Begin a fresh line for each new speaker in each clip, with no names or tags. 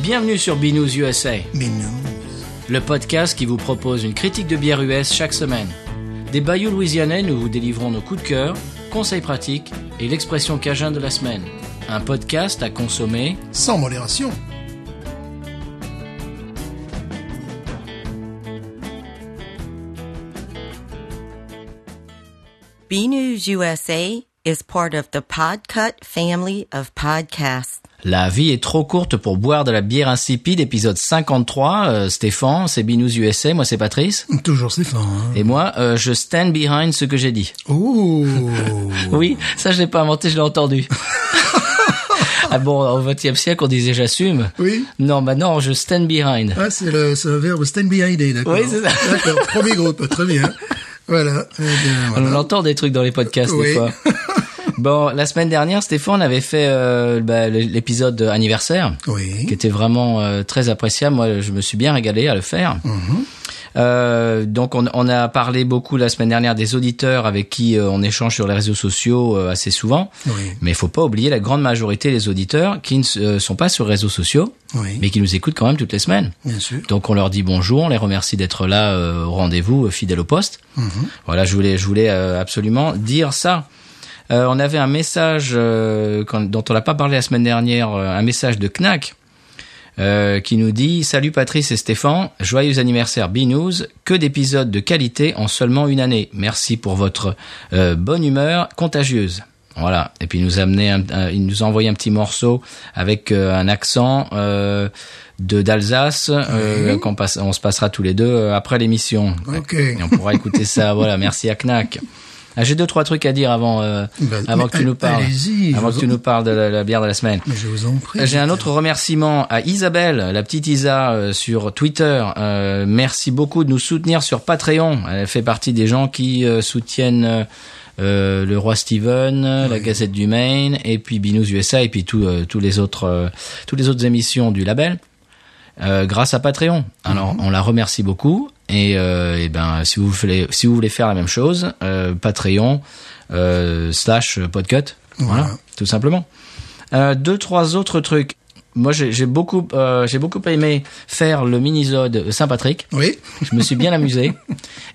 Bienvenue sur Binous USA,
Mais non.
le podcast qui vous propose une critique de bière US chaque semaine. Des bayous louisianais, nous vous délivrons nos coups de cœur, conseils pratiques et l'expression cajun de la semaine. Un podcast à consommer.
Sans modération.
B News USA is part of the Podcut family of podcasts.
La vie est trop courte pour boire de la bière insipide, épisode 53. Euh, Stéphane, c'est Binous USA, moi c'est Patrice.
Toujours Stéphane. Hein.
Et moi, euh, je stand behind ce que j'ai dit.
Oh.
Oui, ça je l'ai pas inventé, je l'ai entendu. ah bon, au XXe siècle, on disait j'assume.
oui.
Non, bah non, je stand behind.
Ah, c'est le, c'est le verbe stand behind it, d'accord.
Oui, c'est ça.
D'accord. Premier groupe, très bien. Voilà. Eh bien,
On
voilà.
en entend des trucs dans les podcasts des
Oui.
fois. Bon, la semaine dernière, Stéphane avait fait euh, bah, le- l'épisode anniversaire,
Oui.
qui était vraiment euh, très appréciable. Moi, je me suis bien régalé à le faire.
Mhm.
Euh, donc, on, on a parlé beaucoup la semaine dernière des auditeurs avec qui euh, on échange sur les réseaux sociaux euh, assez souvent.
Oui.
Mais il faut pas oublier la grande majorité des auditeurs qui ne s- euh, sont pas sur les réseaux sociaux,
Oui.
mais qui nous écoutent quand même toutes les semaines.
Bien sûr.
Donc on leur dit bonjour, on les remercie d'être là euh, au rendez-vous, euh, fidèles au poste.
Mhm.
Voilà, je voulais, je voulais euh, absolument dire ça. Euh, on avait un message euh, qu'on- dont on n'a pas parlé la semaine dernière, euh, un message de Knack euh, qui nous dit Salut Patrice et Stéphane, joyeux anniversaire B-News, que d'épisodes de qualité en seulement une année. Merci pour votre euh, bonne humeur contagieuse. Voilà. Et puis il nous a amené un- un- il nous a envoyé un petit morceau avec euh, un accent euh, de d'Alsace euh, qu'on passe- on se passera tous les deux euh, après l'émission.
Ok.
Et on pourra écouter ça. Voilà, merci à Knack. Ah, J'ai deux trois trucs à dire avant euh,
Ben,
avant
mais
que tu
a-
nous parles.
allez-y,
avant
je
que tu
vous en-
nous parles de la, la bière de la semaine.
Mais je vous en prie.
Euh, J'ai un autre remerciement à Isabelle, la petite Isa euh, sur Twitter. Euh, merci beaucoup de nous soutenir sur Patreon. Elle fait partie des gens qui euh, soutiennent euh, euh, le Roi Steven, euh, la Gazette du Maine, et puis Binous USA, et puis tout, euh, tous les autres, euh, toutes les autres émissions du label. euh, grâce à Patreon. Alors, on la remercie beaucoup. Et, euh, eh ben, si vous voulez, si vous voulez faire la même chose, euh, Patreon euh, slash Podcut, voilà,
Voilà.
tout simplement. Euh, deux, trois autres trucs. Moi, j'ai j'ai beaucoup, euh, j'ai beaucoup aimé faire le mini-zode Saint-Patrick.
Oui.
Je me suis bien amusé.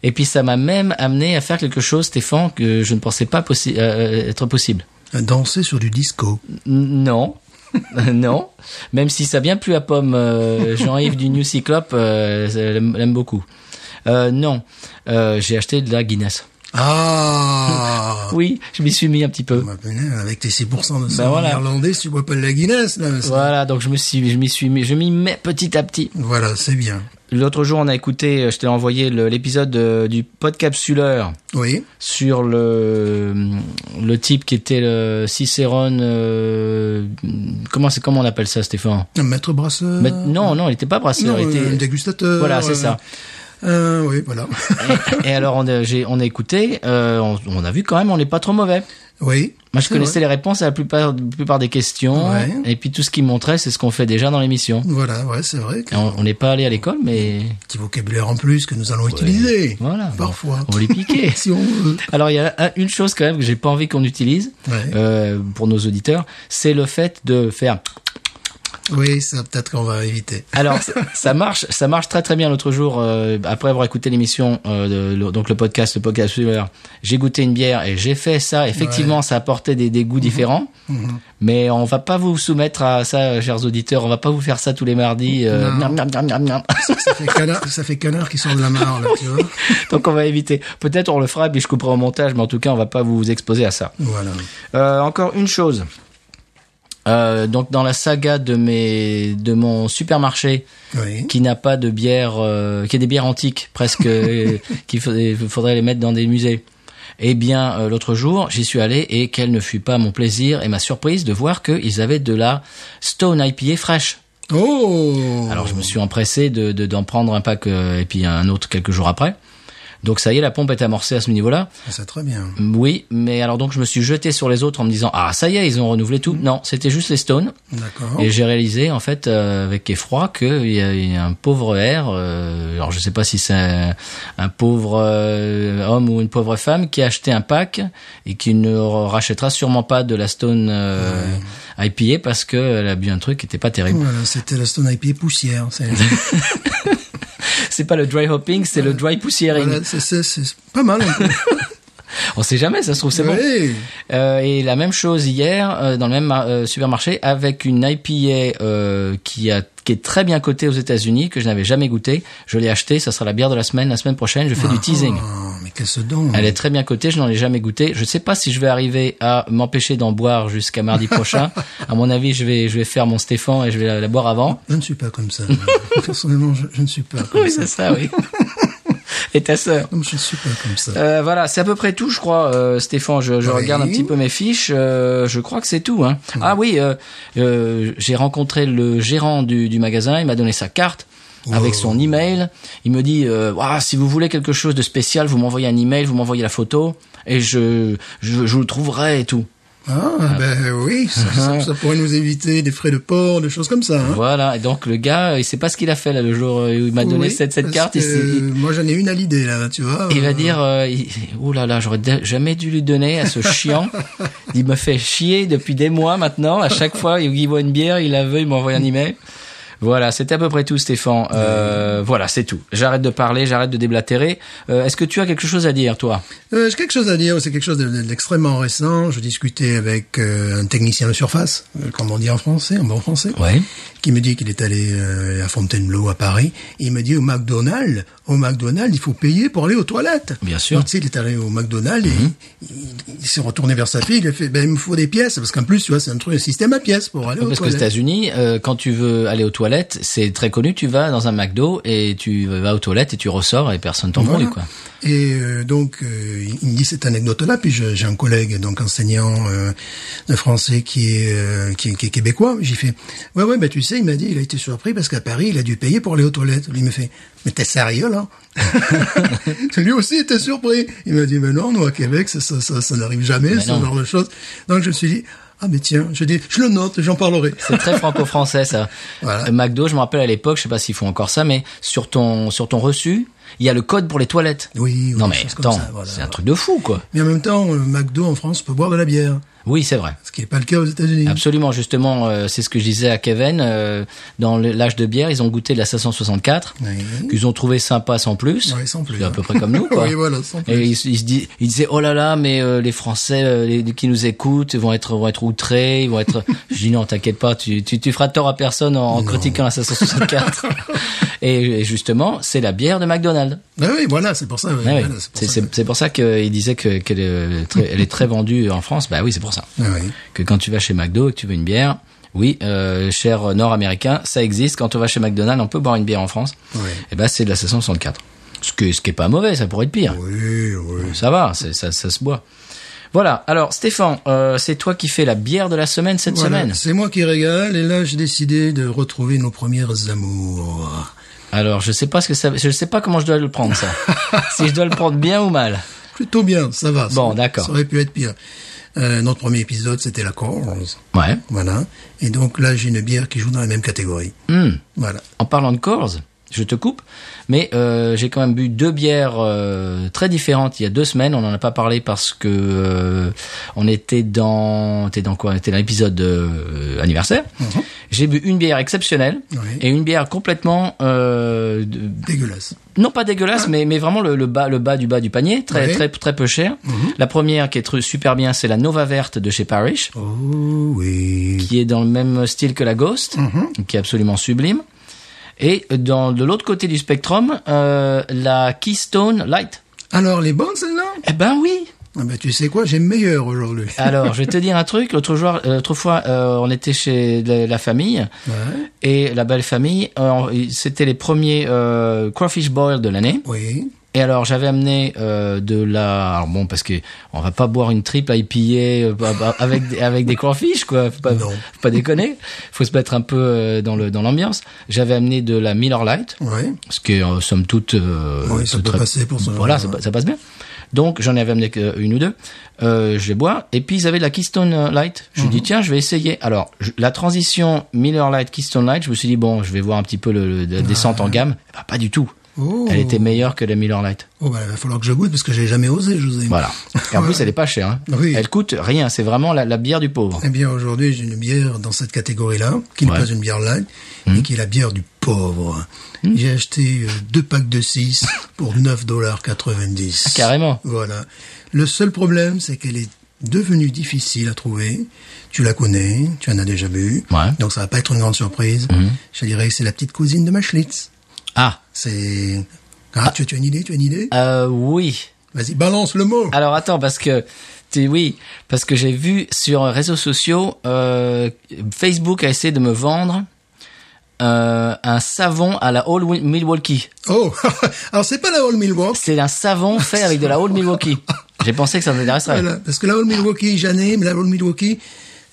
Et puis, ça m'a même amené à faire quelque chose, Stéphane, que je ne pensais pas possi- euh, être possible.
Danser sur du disco.
N- Non. Euh, non. Même si ça vient plus à pomme, euh, Jean-Yves du New Cyclope euh, ça l'aime l'aime beaucoup. Euh, non. Euh, j'ai acheté de la Guinness.
Ah.
Oui, je m'y suis mis un petit peu.
Bah, punaise, Avec tes 6% de sang
Bah, voilà.
irlandais, si tu bois pas de la Guinness, là. c'est-
Voilà, donc je me suis, je m'y suis mis, je m'y mets petit à petit.
Voilà, c'est bien.
L'autre jour, on a écouté, euh, je t'ai envoyé le- l'épisode euh, du podcapsuleur
Oui.
sur le le type qui était le Cicéron. euh, comment c'est comment on appelle ça, Stéphane
Un maître brasseur.
Mais- Non, non, il était pas brasseur.
Euh, Non,
il était-
euh, dégustateur.
Voilà, c'est
euh,
ça.
Euh, oui, voilà.
Et, et alors, on a, j'ai- on a écouté, euh, on, on a vu quand même, on n'est pas trop mauvais.
oui.
Moi, je
C'est
connaissais
vrai.
les réponses à la plupart, la plupart des questions.
Ouais.
Et puis, tout ce qu'ils montraient, c'est ce qu'on fait déjà dans l'émission.
Voilà, ouais, c'est vrai.
Et
que-
On on n'est pas allé à l'école, mais
Petit vocabulaire en plus que nous allons utiliser.
voilà.
Parfois.
On les piquait.
si on veut.
Alors, il y a un- une chose quand même que j'ai pas envie qu'on utilise
Ouais.
euh, pour nos auditeurs, c'est le fait de faire.
Oui, ça peut-être qu'on va éviter.
Alors, ça- ça marche, ça marche très très bien. L'autre jour, euh, après avoir écouté l'émission, euh, de- le- donc le podcast, le podcast Fever, j'ai goûté une bière et j'ai fait ça. Effectivement, ça apportait des, des goûts différents. Mais on va pas vous soumettre à ça, chers auditeurs. On va pas vous faire ça tous les mardis. euh,
Non.
miam, miam, miam, miam, miam.
ça, fait canard, ça fait canard qui sort de la mare, là, tu vois.
donc on va éviter. Peut-être on le fera, puis je couperai au montage. Mais en tout cas, on va pas vous exposer à ça.
Voilà.
Euh, encore une chose. Euh, donc dans la saga de mes de mon supermarché
Oui.
qui n'a pas de bière, euh, qui a des bières antiques presque, euh, qu'il faudrait, faudrait les mettre dans des musées. Eh bien, euh, l'autre jour, j'y suis allé et quel ne fut pas mon plaisir et ma surprise de voir qu'ils avaient de la Stone IPA fraîche.
Oh
Alors, je me suis empressé de de- d'en prendre un pack euh, et puis un autre quelques jours après. Donc ça y est, la pompe est amorcée à ce niveau-là.
Ah, C'est très bien.
Oui, mais alors donc je me suis jeté sur les autres en me disant ah ça y est, ils ont renouvelé tout. Non, c'était juste les Stones.
D'accord.
Et j'ai réalisé en fait euh, avec effroi qu'il y a il y a un pauvre R, euh, alors je sais pas si c'est un, un pauvre euh, homme ou une pauvre femme qui a acheté un pack et qui ne rachètera sûrement pas de la Stone euh, IPA parce qu'elle a bu un truc qui était pas terrible.
Voilà, c'était la Stone IPA poussière. C'est
C'est pas le dry hopping, c'est le dry poussiering.
voilà, c'est- c'est- c'est pas mal. hein. un peu.
On sait jamais, ça se trouve, c'est bon.
Ouais.
Euh, et la même chose hier euh, dans le même mar- euh, supermarché avec une IPA euh, qui a qui est très bien cotée aux États-Unis que je n'avais jamais goûté. Je l'ai achetée, ça sera la bière de la semaine. La semaine prochaine, je fais du teasing.
Oh, mais qu'est-ce donc
Elle est très bien cotée, je n'en ai jamais goûté. Je ne sais pas si je vais arriver à m'empêcher d'en boire jusqu'à mardi prochain. à mon avis, je vais je vais faire mon Stéphane et je vais la, la boire avant.
Je ne suis pas comme ça. Personnellement, je, je ne suis pas comme
Oui,
ça.
c'est ça, Ah oui. et ta sœur.
Non, je ne suis pas comme ça.
Euh, voilà, c'est à peu près tout, je crois, euh, Stéphane. Je, je
Oui.
regarde un petit peu mes fiches. euh, je crois que c'est tout. Hein. Ah oui, euh, euh, j'ai rencontré le gérant du, du magasin. Il m'a donné sa carte avec
Oh.
son email. Il me dit, euh, Ah, si vous voulez quelque chose de spécial, vous m'envoyez un email, vous m'envoyez la photo et je, je, je le trouverai et tout.
Ah, ben oui, ça, ça- ça pourrait nous éviter des frais de port, des choses comme ça. hein.
Ah. Voilà. Et donc le gars, il sait pas ce qu'il a fait là le jour où il m'a donné
Oui,
cette, cette
parce
carte.
que
il s'est- il-
moi, j'en ai une à l'idée, là, tu vois.
Il va
Euh,
dire, euh, il- oh là là, j'aurais dé- jamais dû lui donner à ce chiant. il me fait chier depuis des mois maintenant. À chaque fois, il boit une bière, il la veut, il m'envoie un email. Voilà, c'était à peu près tout, Stéphane. Euh, Voilà, c'est tout. J'arrête de parler, j'arrête de déblatérer. Euh, Est-ce que tu as quelque chose à dire, toi
Euh, J'ai quelque chose à dire, c'est quelque chose de- de- d'extrêmement récent. Je discutais avec euh, un technicien de surface, euh, comme on dit en français, en bon français,
Ouais.
qui me dit qu'il est allé euh, à Fontainebleau, à Paris. Et il me dit au McDonald's, au McDonald's, il faut payer pour aller aux toilettes.
Bien sûr. Mhm.
Donc, tu sais, il est allé au McDonald's et il, il- il s'est retourné vers sa fille, il a fait, ben, il me faut des pièces, parce qu'en plus, tu vois, c'est un truc, un système à pièces pour aller aux
Ah, Parce qu'aux
toilettes.
États-Unis, euh, quand tu veux aller aux toilettes, c'est très connu. Tu vas dans un McDo et tu vas aux toilettes et tu ressors et personne t'embrouille,
Voilà.
quoi.
Et euh, donc, euh, il me dit cette anecdote-là, puis je- j'ai un collègue, donc enseignant euh, de français qui est, euh, qui, qui est québécois. J'ai fait, ouais, ouais, bah tu sais, il m'a dit, il a été surpris parce qu'à Paris, il a dû payer pour aller aux toilettes. Lui il me fait, mais t'es sérieux là Lui aussi était surpris. Il m'a dit, mais non, nous à Québec, ça, ça, ça, ça n'arrive jamais,
Mais
ce
non.
genre de choses. Donc je me suis dit, ah mais tiens, je dis, je le note, j'en parlerai.
C'est très franco-français ça.
Voilà.
Euh, McDo, je me rappelle à l'époque, je sais pas s'ils font encore ça, mais sur ton sur ton reçu, il y a le code pour les toilettes.
Oui, oui,
non
des
mais
choses comme
attends,
ça, voilà.
c'est un truc de fou quoi.
Mais en même temps, euh, McDo en France peut boire de la bière,
Oui, c'est vrai.
ce qui n'est pas le cas aux États-Unis.
Absolument, justement, euh, c'est ce que je disais à Kevin. euh, dans le- l'âge de bière, ils ont goûté de la 564,
Oui.
qu'ils ont trouvé sympa sans plus.
Ouais, sans plus,
C'est à
hein.
peu près comme nous, quoi.
Oui, voilà, sans plus.
Et ils, ils se dis- ils disaient, oh là là, mais euh, les Français euh, les- qui nous écoutent vont être, vont être outrés, ils vont être... je dis, non, t'inquiète pas, tu, tu, tu feras tort à personne en, en critiquant la 564. et, et justement, c'est la bière de McDonald's.
Ah oui, voilà, c'est pour ça. oui,
Ah oui.
voilà, c'est pour
C'est-
ça.
C'est c'est pour ça qu'ils disaient que- qu'elle est euh, très- elle est très vendue en France. Bah oui, c'est pour ça
Ah oui.
que quand tu vas chez McDo et que tu veux une bière, oui, euh, cher Nord-Américain, ça existe. Quand on va chez McDonald's, on peut boire une bière en France.
Oui.
Et ben c'est de la 564. Ce que ce qui est pas mauvais, ça pourrait être pire.
Oui, oui.
Ça va, c'est- ça, ça se boit. Voilà. Alors Stéphane, euh, c'est toi qui fais la bière de la semaine cette
Voilà,
semaine.
C'est moi qui régale et là j'ai décidé de retrouver nos premières amours.
Alors je sais pas ce que ça, je sais pas comment je dois le prendre ça. si je dois le prendre bien ou mal.
Plutôt bien, ça va. ça-
Bon, d'accord.
Ça aurait pu être pire. Euh, notre premier épisode c'était la Corse.
Ouais.
Voilà. Et donc là j'ai une bière qui joue dans la même catégorie.
Hmm.
Voilà.
En parlant de Coors, je te coupe, mais euh, j'ai quand même bu deux bières euh, très différentes il y a deux semaines. On n'en a pas parlé parce que euh, on était dans, on était dans quoi On était dans l'épisode euh, anniversaire. J'ai bu une bière exceptionnelle
Oui.
et une bière complètement euh, de-
Dégueulasse.
non pas dégueulasse, mais, mais vraiment le, le bas, le bas du bas du panier, très
Oui.
très très peu cher. La première qui est tru- super bien, c'est la Nova Verte de chez Parrish
Oh oui.
qui est dans le même style que la Ghost, qui est absolument sublime. Et dans de l'autre côté du spectrum, euh, la Keystone Light.
Alors les bonnes celles-là
Eh ben oui.
ah ben, Tu sais quoi, j'ai meilleur aujourd'hui.
Alors, je vais te dire un truc. L'autre jour, euh, l'autre fois, euh, on était chez la, la famille
Ouais.
et la belle famille. euh, C'était les premiers euh, crawfish boil de l'année.
Oui.
Et alors j'avais amené euh, de la alors bon parce que on va pas boire une triple IPA euh, bah, bah, avec des- avec des crawfish quoi faut pas
Non.
faut pas déconner faut se mettre un peu euh, dans le dans l'ambiance j'avais amené de la Miller Lite
Ouais.
ce qui est euh, somme toute euh,
Oui, ça
toute
peut
très-
passer pour ça. hein.
voilà ça, pa- ça passe bien donc j'en avais amené que une ou deux euh, je les bois et puis ils avaient de la Keystone Light je me
Mhm.
dis tiens je vais essayer alors je- la
Ah.
transition Miller Lite Keystone Light je me suis dit bon je vais voir un petit peu le, le- la descente en gamme Eh ben, pas du tout
Oh.
Elle était meilleure que la Miller Lite.
Oh, bah, il va falloir que je goûte parce que j'ai jamais osé, José.
Voilà. Et en plus, elle est pas chère. Hein.
Oui.
Elle coûte rien. C'est vraiment la, la bière du pauvre.
Eh bien, aujourd'hui, j'ai une bière dans cette catégorie-là, qui n'est
Ouais. Hmm.
pas une bière light, mais qui est la bière du pauvre. J'ai acheté euh, deux packs de 6 pour 9,90 dollars.
Ah, carrément.
Voilà. Le seul problème, c'est qu'elle est devenue difficile à trouver. Tu la connais, tu en as déjà bu.
Ouais. Hmm.
Donc, ça va pas être une grande surprise. Je dirais que c'est la petite cousine de ma Schlitz.
Ah,
C'est... Ah, tu, tu as une idée, tu as une idée
euh, oui.
Vas-y, balance le mot.
Alors attends, parce que tu- oui, parce que j'ai vu sur les réseaux sociaux, euh, Facebook a essayé de me vendre euh, un savon à la Old Wi- Milwaukee.
Oh, alors c'est pas la Old Milwaukee.
C'est un savon fait avec de la Old Milwaukee. J'ai pensé que ça t'intéresserait.
Voilà, parce que la Old Milwaukee, j'en ai, mais la Old Milwaukee,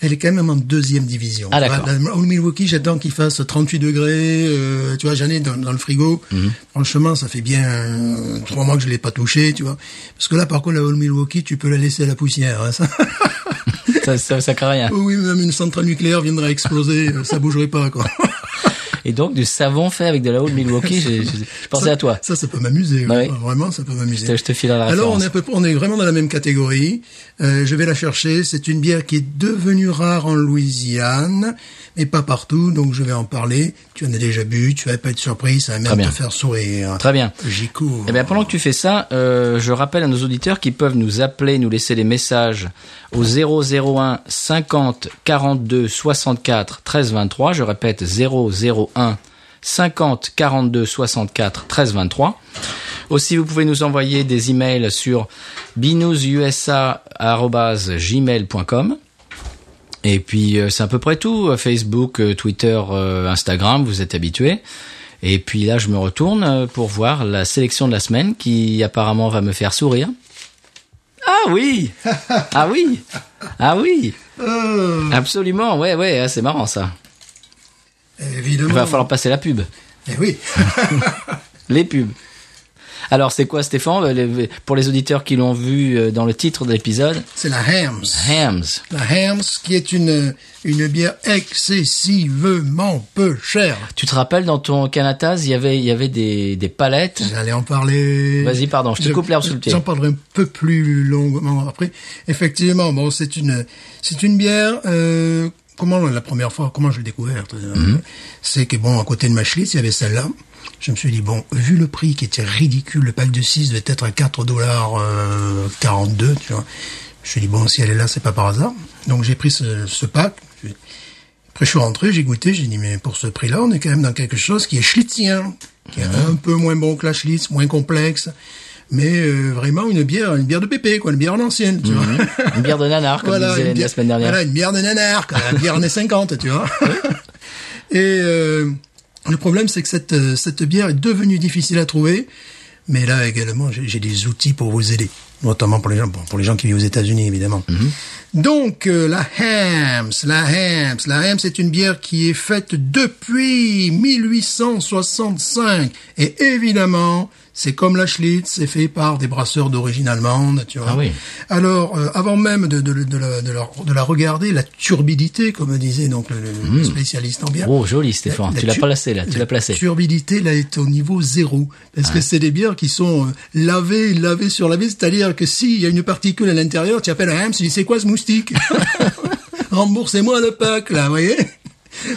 elle est quand même en deuxième division.
Ah, d'accord.
La Old Milwaukee, j'attends qu'il fasse 38 degrés, euh, tu vois, j'en ai dans, dans le frigo.
Mhm.
Franchement, ça fait bien euh, trois mois que je l'ai pas touché, tu vois. Parce que là, par contre, la Old Milwaukee, tu peux la laisser à la poussière. hein, ça.
Ça, ça, ça craint rien.
oui, même une centrale nucléaire viendrait exploser, euh, ça bougerait pas, quoi.
Et donc du savon fait avec de la Old Milwaukee, j'ai- j'ai- je pensais
Ça-
à toi.
Ça, ça peut m'amuser.
Bah
ouais.
oui.
Vraiment, ça peut
Je
m'amuser.
te- je te filerai la
Alors,
référence.
on est, à peu près- on est vraiment dans la même catégorie. Euh, je vais la chercher. C'est une bière qui est devenue rare en Louisiane, mais pas partout. Donc, je vais en parler. Tu en as déjà bu. Tu vas pas être surpris. Ça va même
bien.
te faire sourire.
Très bien.
J'y cours.
Eh bien, pendant que tu fais ça, euh, je rappelle à nos auditeurs qu'ils peuvent nous appeler, nous laisser des messages au 001 50 42 64 13 23. Je répète, 001 50 42 64 13 23. Aussi, vous pouvez nous envoyer des emails sur binoususa.gmail.com. Et puis euh, c'est à peu près tout. Euh, Facebook, euh, Twitter, euh, Instagram, vous êtes habitués. Et puis là, je me retourne euh, pour voir la sélection de la semaine qui apparemment va me faire sourire. Ah oui Ah oui Ah oui
Euh,
Absolument, ouais, ouais, ah, c'est marrant ça. Il
évidemment.
va falloir passer la pub.
Eh oui.
Les pubs. Alors c'est quoi Stéphane euh, Les- Pour les auditeurs qui l'ont vu euh, dans le titre de l'épisode,
C'est la Hams.
Hams.
La Hams, qui est une, une bière excessivement peu chère.
Tu te rappelles dans ton Canataz, il y avait, il y avait des, des palettes
J'allais en parler.
Vas-y, pardon, je te coupe l'herbe sous le pied.
J'en parlerai un peu plus longuement après. Effectivement, bon, c'est une, c'est une bière. euh, comment la première fois, comment je l'ai découverte euh,
Mhm.
C'est que bon, à côté de ma Schlitz, il y avait celle-là. Je me suis dit bon, vu le prix qui était ridicule, le pack de 6 devait être à 4 dollars 42, tu vois. Je me suis dit bon, si elle est là, c'est pas par hasard. Donc j'ai pris ce, ce pack. Après, je suis rentré, j'ai goûté, j'ai dit, mais pour ce prix-là, on est quand même dans quelque chose qui est schlitzien, qui est un peu moins bon que la schlitz, moins complexe, mais euh, vraiment une bière, une bière de pépé, quoi, une bière à l'ancienne, tu vois.
Une bière de nanar, comme disait
une
Hélène la
bière-
semaine dernière.
Voilà, une bière de nanar, comme la bière années 50, tu vois. Et euh, le problème, c'est que cette, euh, cette bière est devenue difficile à trouver. Mais là également, j'ai j'ai des outils pour vous aider, notamment pour les gens, bon, pour les gens qui vivent aux États-Unis, évidemment.
Mm-hmm.
Donc euh, la Hams, la Hams, la Hams est une bière qui est faite depuis 1865 et évidemment, c'est comme la Schlitz, c'est fait par des brasseurs d'origine allemande, tu vois.
Ah oui.
Alors, euh, avant même de, de, de la, de la- de la regarder, la turbidité, comme disait donc le, le- le spécialiste en bière.
Mmh. Oh, joli Stéphane.
La-
tu
la
l'as
tu-
pas placé là, tu
la
l'as placé. Ah.
turbidité, là, est au niveau zéro. Parce que c'est des bières qui sont euh, lavées, lavées sur lavées. C'est-à-dire que s'il y a une particule à l'intérieur, tu appelles un Hams, tu dis, c'est quoi ce moustique? Remboursez-moi le pack, là, vous voyez?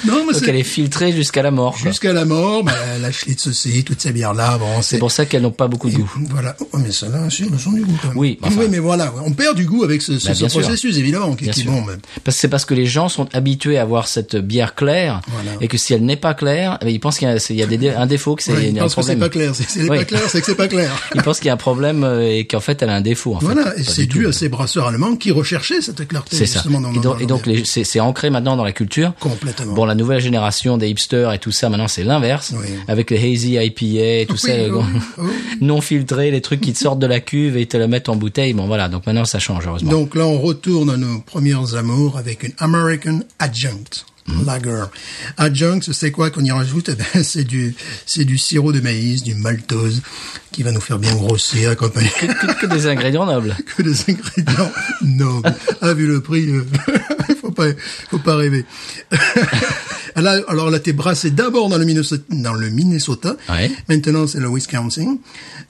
Non, mais
Donc elle
c'est
est filtrée jusqu'à la mort. quoi.
jusqu'à la mort, bah, la Schlitz aussi, toutes ces bières-là, bon,
C'est pour ça qu'elles n'ont pas beaucoup de goût.
voilà. Oh, mais ça, là, si, elles ont du goût, quand même.
Oui, mais enfin-
mais voilà. On perd du goût avec ce, ce-
Bah,
ce
bien sûr.
processus, évidemment, qui,
Bien
qui
sûr.
bon, mais-
Parce que c'est parce que les gens sont habitués à voir cette bière claire
Voilà.
et que si elle n'est pas claire, eh bien, ils pensent qu'il y a, c'est- il y a des dé- un défaut, que c'est
Ouais,
il y a un
parce que c'est
problème.
pas clair. C'est- C'est
Oui.
pas clair, c'est que c'est pas clair.
Ils pensent qu'il y a un problème euh, et qu'en fait elle a un défaut. En
Voilà,
fait.
et
Pas
c'est
du tout.
dû à ces brasseurs allemands qui recherchaient cette clarté.
C'est ça.
justement, dans-
et
dans-
donc,
dans
et donc,
leur
les- c'est c'est ancré maintenant dans la culture.
Complètement.
Bon, la nouvelle génération des hipsters et tout ça, maintenant c'est l'inverse.
Oui.
Avec les hazy IPA, tout
Oui,
ça,
oui,
bon,
oui.
non filtrés, les trucs qui te sortent de la cuve et te le mettent en bouteille. Bon, voilà. Donc maintenant ça change, heureusement.
Donc là, on retourne à nos premières amours avec une American Adjunct
Mhm.
Lager. Adjunct, c'est quoi qu'on y rajoute Eh ben, C'est du, c'est du sirop de maïs, du maltose, qui va nous faire bien grossir, accompagné
que, que des ingrédients nobles.
que des ingrédients nobles. Ah, vu le prix, euh, il faut pas, faut pas rêver. Là, alors là, t'es brassé d'abord dans le Minnesota. Dans le Minnesota.
Ouais.
Maintenant, c'est le Wisconsin.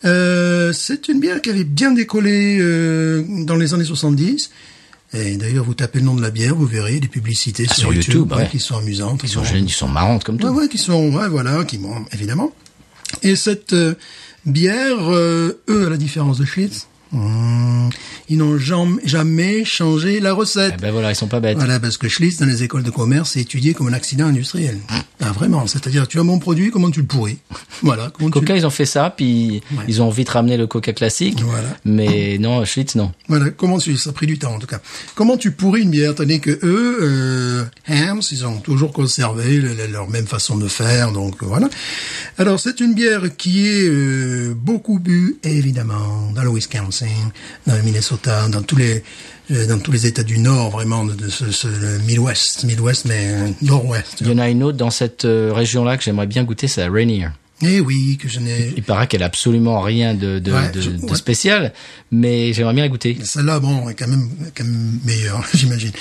Euh, c'est une bière qui avait bien décollé euh, dans les années 70. Et d'ailleurs, vous tapez le nom de la bière, vous verrez des publicités hein,
Ah, sur YouTube, ouais.
qui sont amusantes.
Ils sont jeunes, ils sont marrantes comme tout.
Ouais, ouais, qui sont, ouais, voilà, qui bon, évidemment. Et cette euh, bière, euh, eux, à la différence de Schwitz, hmm, ils n'ont jam- jamais changé la recette.
Eh ben voilà, ils sont pas bêtes.
Voilà, parce que Schlitz, dans les écoles de commerce, c'est étudié comme un accident industriel. Ah, vraiment, c'est-à-dire, tu as mon produit, comment tu le pourris Voilà, comment tu...
Coca, ils ont fait ça, puis ils ont vite ramené le Coca classique.
Voilà.
Mais non, Schlitz, non.
Voilà, comment tu... Ça a pris du temps, en tout cas. Comment tu pourris une bière Tandis que eux, euh, Hams, ils ont toujours conservé le- le- leur même façon de faire, donc euh, voilà. Alors, c'est une bière qui est euh, beaucoup bu, évidemment, dans le Wisconsin, dans le Minnesota, dans tous les... euh, Dans tous les États du Nord, vraiment, de de ce, ce le Midwest, Midwest, mais euh, Nord-Ouest.
Il y en a une autre dans cette euh, région-là que j'aimerais bien goûter, c'est la Rainier.
Eh oui, que je n'ai...
Il paraît qu'elle a absolument rien de, de,
Ouais,
de-
je-
de
ouais.
spécial, mais j'aimerais bien la goûter.
Celle-là, bon, est quand même, quand même meilleure, j'imagine.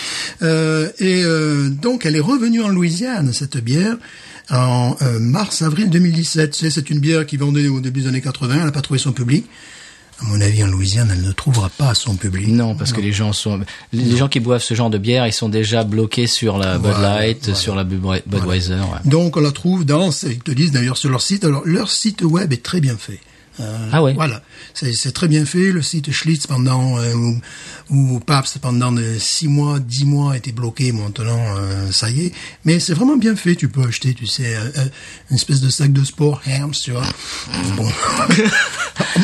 Euh, et euh, donc, elle est revenue en Louisiane, cette bière, en euh, mars-avril 2017. C'est, c'est une bière qui vendait au début des années 80, elle n'a pas trouvé son public. À mon avis, en Louisiane, elle ne trouvera pas son public.
Non, parce que les gens sont, les gens qui boivent ce genre de bière, ils sont déjà bloqués sur la Bud
Voilà,
Light,
voilà.
sur la Budwe- Budweiser. ouais.
Donc, on la trouve dans, c'est- ils te disent d'ailleurs sur leur site, alors leur site web est très bien fait. Euh,
Ah ouais.
Voilà, c'est c'est très bien fait. Le site Schlitz pendant euh, ou, ou Pabst pendant de six mois, dix mois était bloqué. Maintenant, euh, ça y est. Mais c'est vraiment bien fait. Tu peux acheter, tu sais, euh, euh, une espèce de sac de sport Hermes, tu vois. Bon,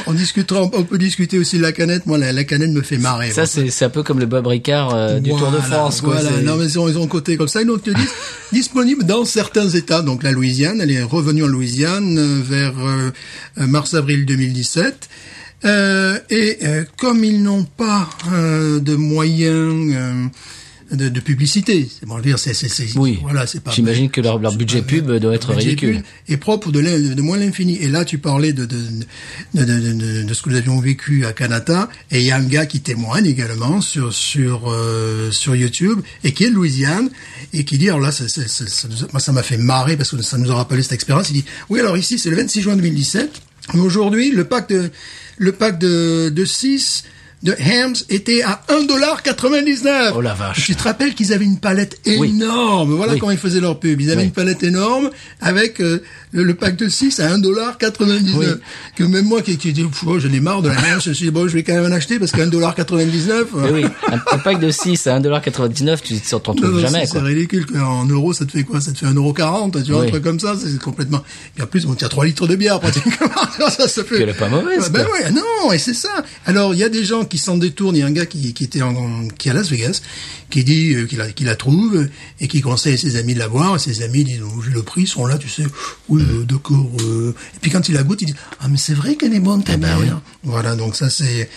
on, on discutera. On, on peut discuter aussi de la canette. Moi, la, la canette me fait marrer.
Ça, c'est c'est un peu comme le Bob Ricard euh, du Tour de
Voilà,
France. Quoi.
Voilà,
C'est-
non, mais ils ont, ils ont coté comme ça. Et donc, ils disent disponible dans certains États. Donc, la Louisiane, elle est revenue en Louisiane euh, vers euh, mars-avril 2017. Euh, et euh, comme ils n'ont pas euh, de moyens euh, de, de publicité, c'est bon, je veux dire, c'est, c'est, c'est-
Oui.
voilà, c'est pas.
J'imagine que leur, leur budget pub doit être
Budget
ridicule.
pub est propre de, l'in- de moins l'infini. Et là, tu parlais de, de, de, de, de- de- de ce que nous avions vécu à Canada. Et il y a un gars qui témoigne également sur, sur, euh, sur YouTube et qui est de Louisiane et qui dit, alors là, ça, ça, ça- ça nous a- moi, ça m'a fait marrer parce que ça nous a rappelé cette expérience. Il dit, oui, alors ici, c'est le 26 juin 2017. Mais aujourd'hui, le pack de, le pack de, de 6 de Hams était à 1,99$.
Oh la vache.
Tu te rappelles qu'ils avaient une palette énorme. Voilà
Oui.
comment ils faisaient leur pub. Ils avaient
Oui.
une palette énorme avec euh, le, le pack de 6 à 1,99$.
Oui.
Que même moi qui, qui dis, Pff, oh, j'en ai marre de la merde, je me suis dit, bon, je vais quand même en acheter parce qu'à 1,99$.
Mais Eh oui, un, un pack de 6 à 1,99$, tu t'en t'en
Non,
trouves
non,
jamais.
c'est- C'est
Quoi.
ridicule. quoi. En euros, ça te fait quoi Ça te fait 1,40€, tu vois, un
Oui.
truc comme ça, c'est complètement... Et en plus, on tient 3 litres de bière, pratiquement. ça, ça fait...
Qu'elle est pas mauvaise,
Ben
quoi.
ouais, non, et c'est ça. Alors, il y a des gens qui s'en détournent. Il y a un gars qui, qui était en, en- qui est à Las Vegas, qui dit euh, qu'il la, qu'il la trouve et qui conseille à ses amis de la boire. Et ses amis disent, oh, vu le prix, ils sont là, tu sais, oui, euh, d'accord. euh. Et puis quand il la goûte, il dit, ah, mais c'est vrai qu'elle est bonne,
Eh
ta
ben
bière. Voilà, donc ça, c'est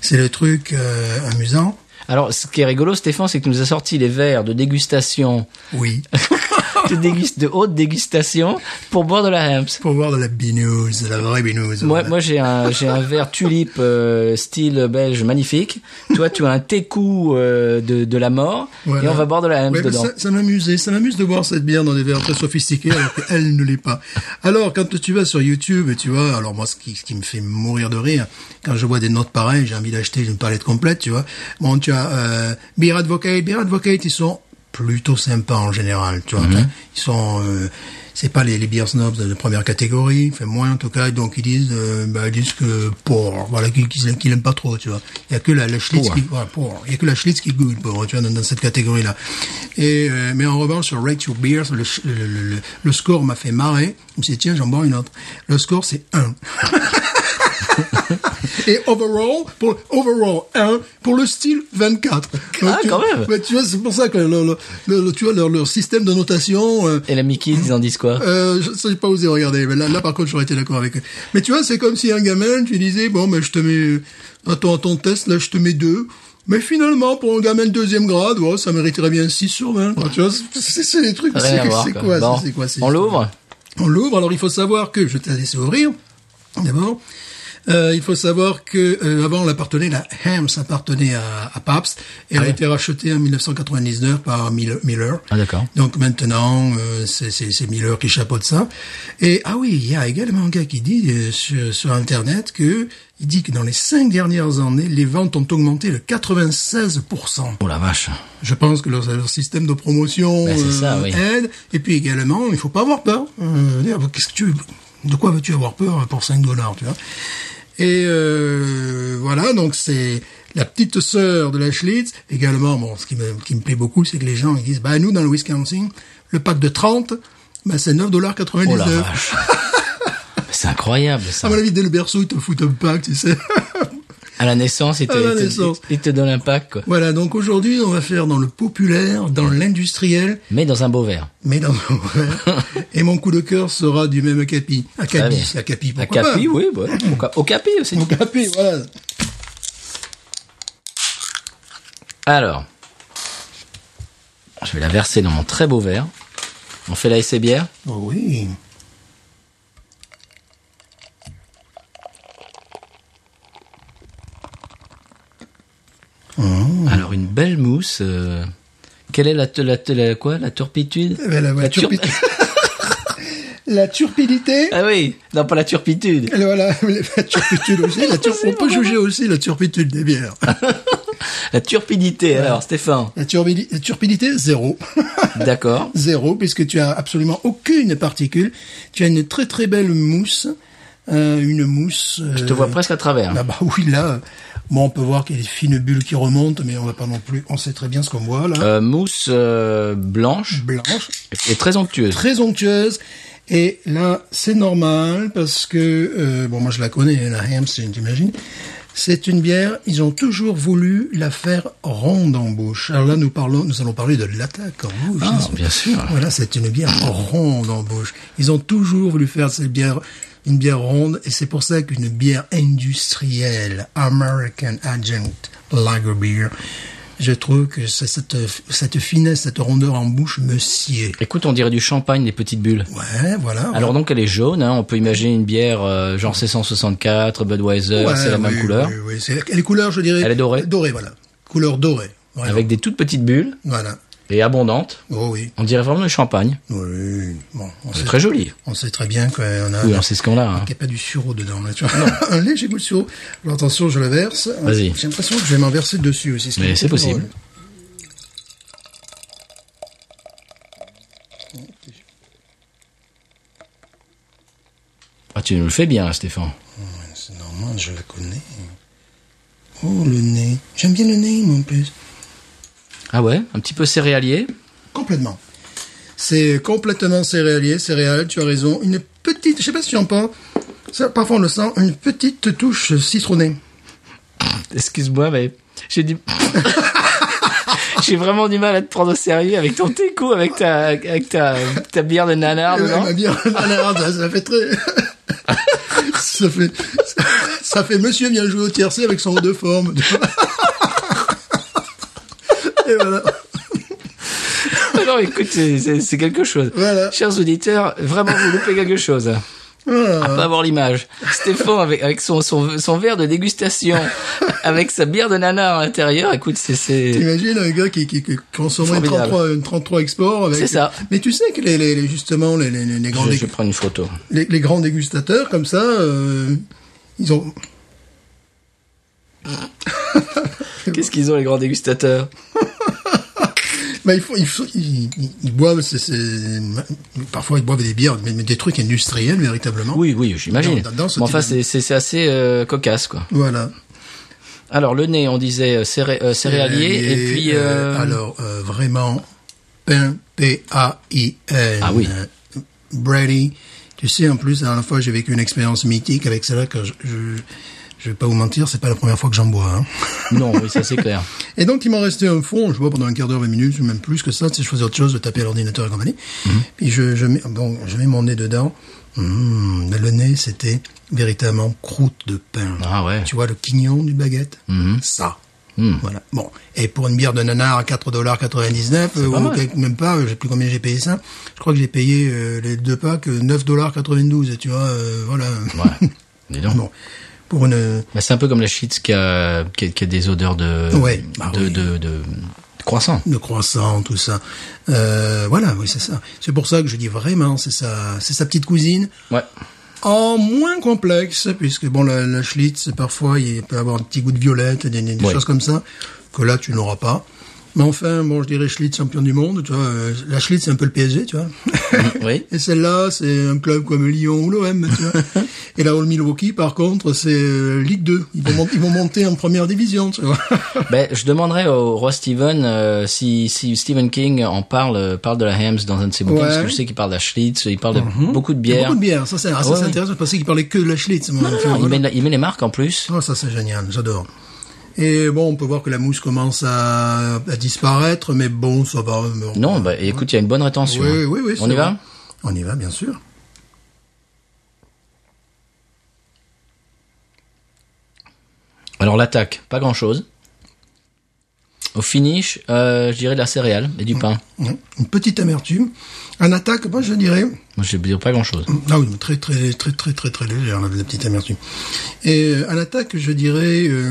c'est le truc euh, amusant.
Alors, ce qui est rigolo, Stéphane, c'est que tu nous as sorti les verres de dégustation,
Oui.
de, dégus- de haute dégustation, pour boire de la Hams.
pour voir de la binouze, de la vraie binouze.
Moi,
Voilà.
moi j'ai un, j'ai un verre tulipe euh, style belge magnifique. Toi, tu as un técou euh, de, de la mort. Et
Voilà.
on va boire de la Hams
Ouais, mais
dedans.
Ça, ça m'amusait, ça m'amuse de boire cette bière dans des verres très sophistiqués alors qu'elle ne l'est pas. Alors quand tu vas sur YouTube, tu vois, alors moi ce qui, ce qui me fait mourir de rire, quand je vois des notes pareilles, j'ai envie d'acheter une palette complète, tu vois. Bon, tu as euh, Beer Advocate, Beer Advocate, ils sont plutôt sympas en général, tu vois.
Mhm.
Ils sont euh, c'est pas les, les bières snobs de première catégorie, enfin moins en tout cas, donc ils disent, euh, bah, ils disent que pour, voilà, qu'ils qu'ils qu'ils aiment pas trop, tu vois. Il y a que la, la Schlitz
Pour.
qui, voilà, pour. Il y a que la Schlitz qui goûte pour, tu vois, dans, dans cette catégorie-là. Et, euh, mais en revanche, sur Rate Your Beers, le, ch- le, le- le- le score m'a fait marrer. Je me suis dit, tiens, j'en bois une autre. Le score, c'est 1. Et overall, pour, overall 1, pour le style 24. Donc, tu-
Ah, quand même.
ouais, tu vois, c'est pour ça que le, le- le- le- tu vois, leur, leur système de notation, euh,
Et la Mickey, ils en disent quoi
euh, je- ça, j'ai pas osé regarder. Mais là, là, par contre, j'aurais été d'accord avec eux. Mais tu vois, c'est comme si un gamin, tu disais, bon, mais je te mets, à ton, à ton test, là, je te mets deux. Mais finalement, pour un gamin de deuxième grade, ouais, ça mériterait bien 6 sur 20. quoi. Tu vois, c'est- c'est c'est des trucs,
Rien à
c'est
voir.
c'est
quoi.
quoi,
Bon,
c'est- c'est quoi, c'est-
on l'ouvre
on l'ouvre, alors il faut savoir que je t'ai laissé ouvrir, d'abord. Euh, il faut savoir que euh, avant, elle appartenait, la Hams appartenait à, à Pabst et elle a été rachetée en 1999 par Mil- Miller.
Ah, d'accord.
Donc maintenant, euh, c'est- c'est c'est Miller qui chapeaute ça. Et ah oui, il y a également un gars qui dit euh, sur, sur Internet que il dit que dans les cinq dernières années, les ventes ont augmenté de 96
Oh la vache.
je pense que leur, leur système de promotion euh,
Ben, c'est ça, oui.
aide. Et puis également, il faut pas avoir peur. Euh, d'ailleurs, Qu'est-ce que tu, de quoi veux-tu avoir peur hein, pour 5 dollars, tu vois Et euh, voilà, donc c'est la petite sœur de la Schlitz. Également, bon, ce qui me, qui me plaît beaucoup, c'est que les gens ils disent, bah nous dans le Wisconsin, le pack de 30, bah c'est 9,99 dollars
Oh la vache. C'est incroyable ça.
À mon avis, dès le berceau, ils te foutent un pack, tu sais.
À la naissance, il te,
À la
il te-
naissance.
il te donne un pack, quoi.
voilà, donc aujourd'hui, on va faire dans le populaire, dans l'industriel,
Mais dans un beau verre.
mais dans mon verre. Et mon coup de cœur sera du même Capi.
bien.
Acapi, Acapi,
À
pourquoi
Capi, oui. bah, pourquoi- Au Capi aussi.
pas Acapi, voilà.
Alors, je vais la verser dans mon très beau verre. On fait la essai bière.
Oh oui. Mmh.
Alors, une belle mousse. euh, quelle est la, te- la, te- la- quoi, la turpitude
Eh ben, la, la
tur-
turpi- la turpidité.
Ah oui, non, pas la turpitude.
Et voilà, la turpitude aussi. La tur- on peut juger aussi la turpitude des bières.
La turpidité, alors, Stéphane.
La, turbidi- la turpidité, zéro.
D'accord.
zéro, puisque tu as absolument aucune particule. Tu as une très très belle mousse. Euh, une mousse...
Je te vois presque à travers.
Ah bah oui, là, bon, on peut voir qu'il y a des fines bulles qui remontent, mais on va pas non plus, on sait très bien ce qu'on voit, là.
Euh, mousse euh, blanche
Blanche,
et très onctueuse.
très onctueuse. Et là, c'est normal, parce que, euh, bon, moi je la connais, la Hams, t'imagines. C'est une bière, ils ont toujours voulu la faire ronde en bouche. Alors là, nous parlons, nous allons parler de l'attaque en bouche.
Ah,
hein, c'est-
bien sûr.
Voilà, c'est une bière ronde en bouche. Ils ont toujours voulu faire cette bière, une bière ronde, et c'est pour ça qu'une bière industrielle, American Agent Lager Beer, je trouve que c'est cette, cette finesse, cette rondeur en bouche me sied.
Écoute, on dirait du champagne, les petites bulles.
Ouais, voilà.
Alors donc elle est jaune, hein, on peut imaginer une bière euh, genre C164, Budweiser,
Ouais,
c'est la même
oui,
couleur,
oui, oui, c'est- Elle est couleur, je dirais.
Elle est dorée.
Dorée, voilà. Couleur dorée. Vraiment.
avec des toutes petites bulles
Voilà.
et abondantes.
Oh oui.
On dirait vraiment le champagne.
Oui. Bon, on sait,
C'est très joli.
on sait très bien qu'on a...
Oui, on sait ce qu'on a. hein.
Il n'y a pas du sureau dedans, là, tu vois. un léger goût de sureau. Alors attention, je le verse.
Vas-y.
J'ai l'impression que je vais m'en verser dessus aussi. ce qui
Mais
est
c'est
plutôt
possible. Ah, tu nous le fais bien, Stéphane.
drôle. C'est normal, je la connais. Oh, le nez. J'aime bien le nez, moi, en plus.
Ah ouais, un petit peu céréalier.
Complètement. C'est complètement céréalier, céréales, tu as raison. Une petite, je sais pas si tu en penses, ça, parfois on le sent, une petite touche citronnée.
Excuse-moi, mais j'ai du... J'ai vraiment du mal à te prendre au sérieux avec ton téco, avec ta, avec ta, ta bière de nanar
Ouais,
dedans.
ma bière, la larme, ça, ça fait très... ça fait... Ça fait monsieur vient jouer au tiercé avec son haut de forme. Et voilà.
Ah Non, écoute, c'est- c'est c'est quelque chose.
Voilà. Ah.
Chers auditeurs, vraiment, vous loupez quelque chose.
Voilà.
À pas avoir l'image. Stéphane, avec, avec son, son, son verre de dégustation, avec sa bière de nana à l'intérieur, écoute, c'est... c'est-
T'imagines un gars qui, qui, qui consommerait une
Formidable.
33, une 33 export avec...
C'est ça.
Mais tu sais que les, les- les- justement, les, les, les grands
Je,
dé-
je vais prendre une photo.
les, les grands dégustateurs comme ça, euh, ils ont...
Qu'est-ce qu'ils ont, les grands dégustateurs
Bah, ils, font- ils, font- ils- ils- ils boivent, c'est- c'est- parfois ils boivent des bières, mais, mais des trucs industriels véritablement.
Oui, oui, j'imagine.
Dans- dans ce
Mais enfin,
type
c'est
de-
c'est- c'est assez euh, cocasse, quoi.
Voilà.
Alors, le nez, on disait euh, céré- euh, céréalier, et puis...
euh,
euh,
alors euh, vraiment pain P A I N.
Ah oui.
Euh, Brady. Tu sais en plus la dernière fois j'ai vécu une expérience mythique avec celle-là que je, je je vais pas vous mentir c'est pas la première fois que j'en bois. hein.
Non, oui, ça c'est clair.
Et donc, il m'en restait un fond, je vois, pendant un quart d'heure, 20 minutes, ou même plus que ça, si je faisais autre chose, de taper à l'ordinateur et compagnie.
Mhm.
Puis je, je, mets, bon, je mets mon nez dedans. Mmh, le nez, c'était véritablement croûte de pain.
Ah ouais. Mhm. Hmm.
Tu vois, le quignon du baguette Ça. Voilà. Bon. Et pour une bière de nanar à 4,99$, euh,
pas
ou
mal.
quelque- même pas, euh, je sais plus combien j'ai payé ça. Je crois que j'ai payé euh, les deux packs euh, 9,92$, tu vois, euh, voilà.
Ouais. Dis donc.
Bon. pour une.
Bah, c'est un peu comme la schiste qui a, qui a, qui a des odeurs de,
Ouais, bah
de,
oui.
de, de- de croissant.
de croissant, tout ça. Euh, voilà, oui, c'est ça. C'est pour ça que je dis vraiment, c'est sa, c'est sa petite cousine.
Ouais.
En moins complexe, puisque bon, la, la Schlitz, parfois, il peut avoir un petit goût de violette, des, des
Ouais.
choses comme ça, que là, tu n'auras pas. Mais enfin, bon, je dirais Schlitz, champion du monde, tu vois. euh, la Schlitz, c'est un peu le PSG, tu vois.
Oui.
Et celle-là, c'est un club comme Lyon ou l'OM, tu vois. Et la All Milwaukee, par contre, c'est euh, Ligue 2. Ils vont, mon- ils vont monter en première division, tu vois.
Ben, je demanderais au roi Steven euh, si, si Stephen King en parle, euh, parle de la Hams dans un de ses bouquins,
Ouais. Mhm.
parce que je sais qu'il parle de la Schlitz, il parle de beaucoup de bières.
Beaucoup de bière, ça c'est ah, ça,
Ouais,
c'est
ouais.
intéressant. Je pensais qu'il parlait que de la Schlitz. moi.
Non, non,
Enfin,
non, il,
voilà.
met, la- il met les marques en plus.
Ah, ça c'est génial, j'adore. Et bon, on peut voir que la mousse commence à, à disparaître, mais bon, ça va. euh,
Non, bah, écoute, il y a une bonne rétention.
oui,
hein.
oui, oui,
On
c'est
y va
vrai. On y va, bien sûr.
Alors l'attaque, pas grand-chose. Au finish, euh, je dirais de la céréale et du
Mm.
pain.
Ouais. Hein, Une petite amertume. En attaque, moi je dirais.
Moi, je vais dire pas grand-chose.
Ah oui, très très très très très très légère la, la petite amertume. Et euh, en attaque, je dirais. euh,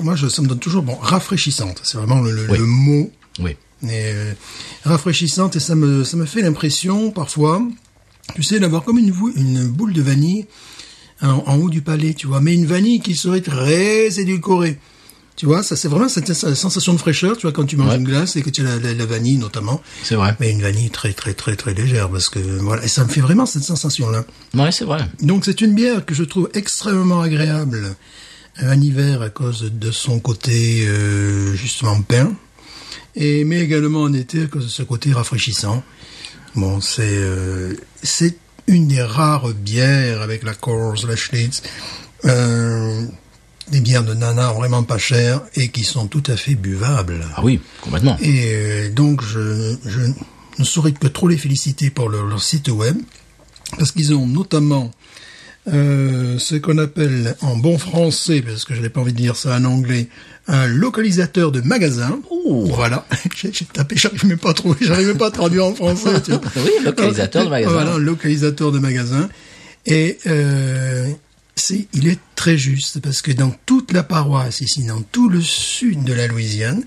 moi, je, ça me donne toujours bon rafraîchissante. C'est vraiment le, le-
Oui.
le mot
Oui.
et euh, rafraîchissante et ça me ça me fait l'impression parfois tu sais d'avoir comme une vou- une boule de vanille hein, en, en haut du palais tu vois mais une vanille qui serait très édulcorée tu vois ça c'est vraiment cette cette sensation de fraîcheur tu vois quand tu manges
Ouais.
une glace et que tu as la, la- la vanille notamment
C'est vrai.
mais une vanille très très très très légère parce que voilà et ça me fait vraiment cette sensation là
Ouais, c'est vrai.
donc c'est une bière que je trouve extrêmement agréable euh, en hiver à cause de son côté euh, justement pain, et mais également en été à cause de ce côté rafraîchissant. Bon, c'est euh, c'est une des rares bières avec la Coors, la Schlitz, euh, des bières de nana vraiment pas chères et qui sont tout à fait buvables.
Ah oui, complètement.
Et euh, donc, je, je ne saurais que trop les féliciter pour leur, leur site web, parce qu'ils ont notamment euh, ce qu'on appelle en bon français, parce que je n'ai pas envie de dire ça en anglais, un localisateur de magasin. Voilà, j'ai j'ai tapé, j'arrive même pas à trouver, j'arrive pas à traduire en français. tu vois.
Oui, localisateur de magasin.
Voilà, localisateur de magasin. Et euh, c'est, il est très juste parce que dans toute la paroisse ici, dans tout le sud de la Louisiane,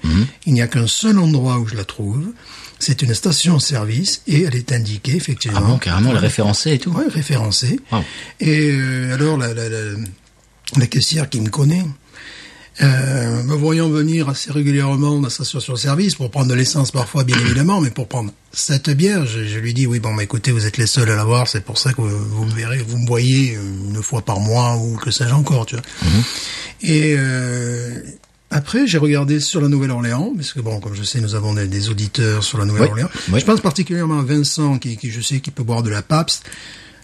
il n'y a qu'un seul endroit où je la trouve. C'est une station-service et elle est indiquée effectivement.
Ah bon, carrément, le référencé et tout.
Ouais, référencée.
Wow.
Et euh, alors, la, la, la, la caissière qui me connaît, euh, me voyant venir assez régulièrement dans sa station service pour prendre de l'essence parfois, bien évidemment, mais pour prendre cette bière, je, je lui dis, oui, bon, bah, écoutez, vous êtes les seuls à l'avoir, c'est pour ça que vous, vous me verrez, vous me voyez une fois par mois ou que sais-je encore, tu vois. Et euh, après, j'ai regardé sur la Nouvelle-Orléans, parce que bon, comme je sais, nous avons des, des auditeurs sur la Nouvelle-Orléans.
oui.
Je pense particulièrement à Vincent, qui, qui je sais qui peut boire de la Pabst.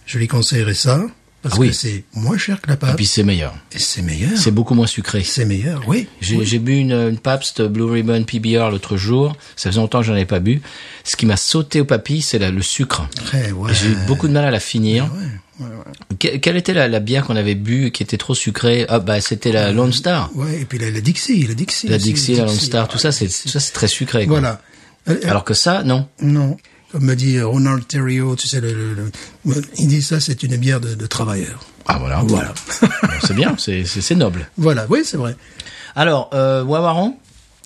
Je lui conseillerais ça, parce
Ah oui.
que c'est moins cher que la
Et
Pabst,
puis c'est meilleur.
et c'est meilleur.
C'est beaucoup moins sucré.
Ah. C'est meilleur, oui.
J'ai j'ai bu une, une Pabst Blue Ribbon PBR l'autre jour. Ça faisait longtemps que j'en avais pas bu. Ce qui m'a sauté aux papilles, c'est la- le sucre.
Très, ouais.
Et J'ai eu beaucoup de mal à la finir.
Ouais, ouais,
Que- quelle était la, la bière qu'on avait bu qui était trop sucrée Ah bah c'était la Lone Star.
Ouais, et puis la, la Dixie, la Dixie.
La
aussi,
Dixie, la Lone Star, tout
Ah,
ça,
la
c'est
Dixie.
tout ça, c'est très sucré. quoi.
Voilà. Euh, euh,
Alors que ça, non.
non. Comme me dit Ronald Terrio, tu sais, le, le- le- il dit ça, c'est une bière de, de travailleurs.
Ah voilà.
Voilà.
Bon, c'est bien, c'est c'est c'est noble.
Voilà, oui, c'est vrai.
Alors euh, Wawaron,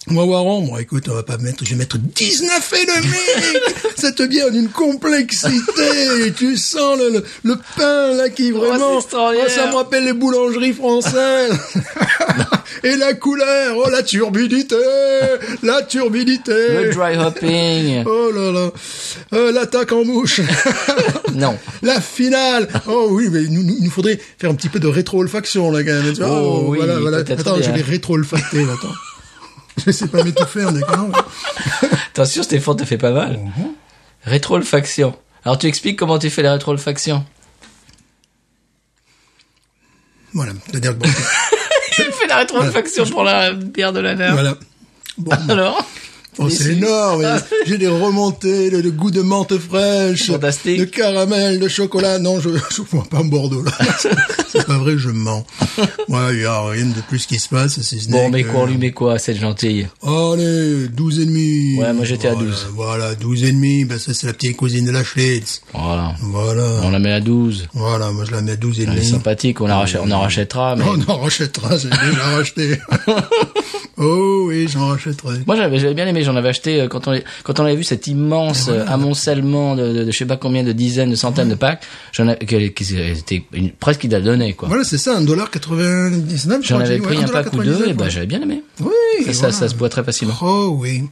Moi, Warren, bon, écoute, on va pas mettre, je vais mettre 19 et le mec Cette bière d'une complexité Tu sens le, le, le pain, là, qui vraiment...
c'est extraordinaire.
Oh, ça me rappelle les boulangeries françaises Et la couleur Oh, la turbidité La
le
turbidité
dry hopping.
Oh là là Euh, L'attaque en mouche
Non.
La finale Oh oui, mais nous- nous- il nous faudrait faire un petit peu de rétro-olfaction, là, quand même. Tu vois,
Oh oui,
voilà, voilà.
peut-être
Attends, je
bien.
vais rétro-olfacter, là, attends. Je sais pas m'étouffer, on est quand même...
Attention, Stéphane, t'as fait pas mal. Rétrolfaction. Alors tu expliques comment tu fais la rétrolfaction
Voilà, c'est-à-dire que bon,
Tu fais la rétrolfaction pour la bière de la nef.
voilà. Bon,
Alors
Oh, c'est énorme. J'ai des remontées, le, le goût de menthe fraîche,
Fantastique.
de caramel, de chocolat. Non, je je bois pas en Bordeaux là. c'est pas vrai, je mens. Moi, il y a rien de plus qui se passe si ce
Bon,
n'est
mais
que-
quoi, lui, mais quoi, cette gentille
Allez, 12 et demi.
Ouais, moi, j'étais à 12.
Voilà, 12 et demi, ben ça c'est la petite cousine de la Schlitz.
Voilà.
Voilà.
On la met à 12.
Voilà, moi je la mets à 12 et
Elle est
demi.
sympathique, on, la rachè- on en rachètera. Mais...
On en rachètera, j'ai déjà racheté. oh oui, j'en rachèterai.
Moi, j'avais j'avais bien aimé, j'en avais acheté euh, quand on, les- quand on avait vu cet immense euh, amoncellement de, de, de je sais pas combien de dizaines, de centaines de packs, j'en ai, qu'elle- qu'elle était une- presque idolonnée, quoi.
Voilà, c'est ça, 1,99$.
J'en avais pris un pack ou deux, et bah, j'avais bien aimé.
Oui,
Et ça,
voilà.
ça se boit très facilement.
Oh oui,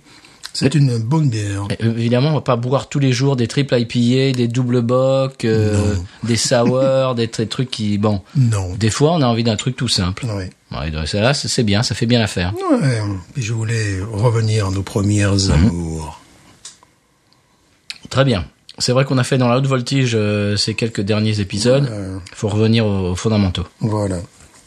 c'est une bonne bière.
Euh, Évidemment, on va pas boire tous les jours des triples IPA, des double bock, euh, des sour, des tr- trucs qui, bon.
Non.
Des fois, on a envie d'un truc tout simple.
Ouais.
Ouais, donc ça, là, c'est c'est bien, ça fait bien l'affaire.
Ouais. Et je voulais revenir à nos
Mhm.
premières amours.
Très bien. C'est vrai qu'on a fait dans la haute voltige euh, ces quelques derniers épisodes. Faut revenir aux, aux fondamentaux.
Voilà.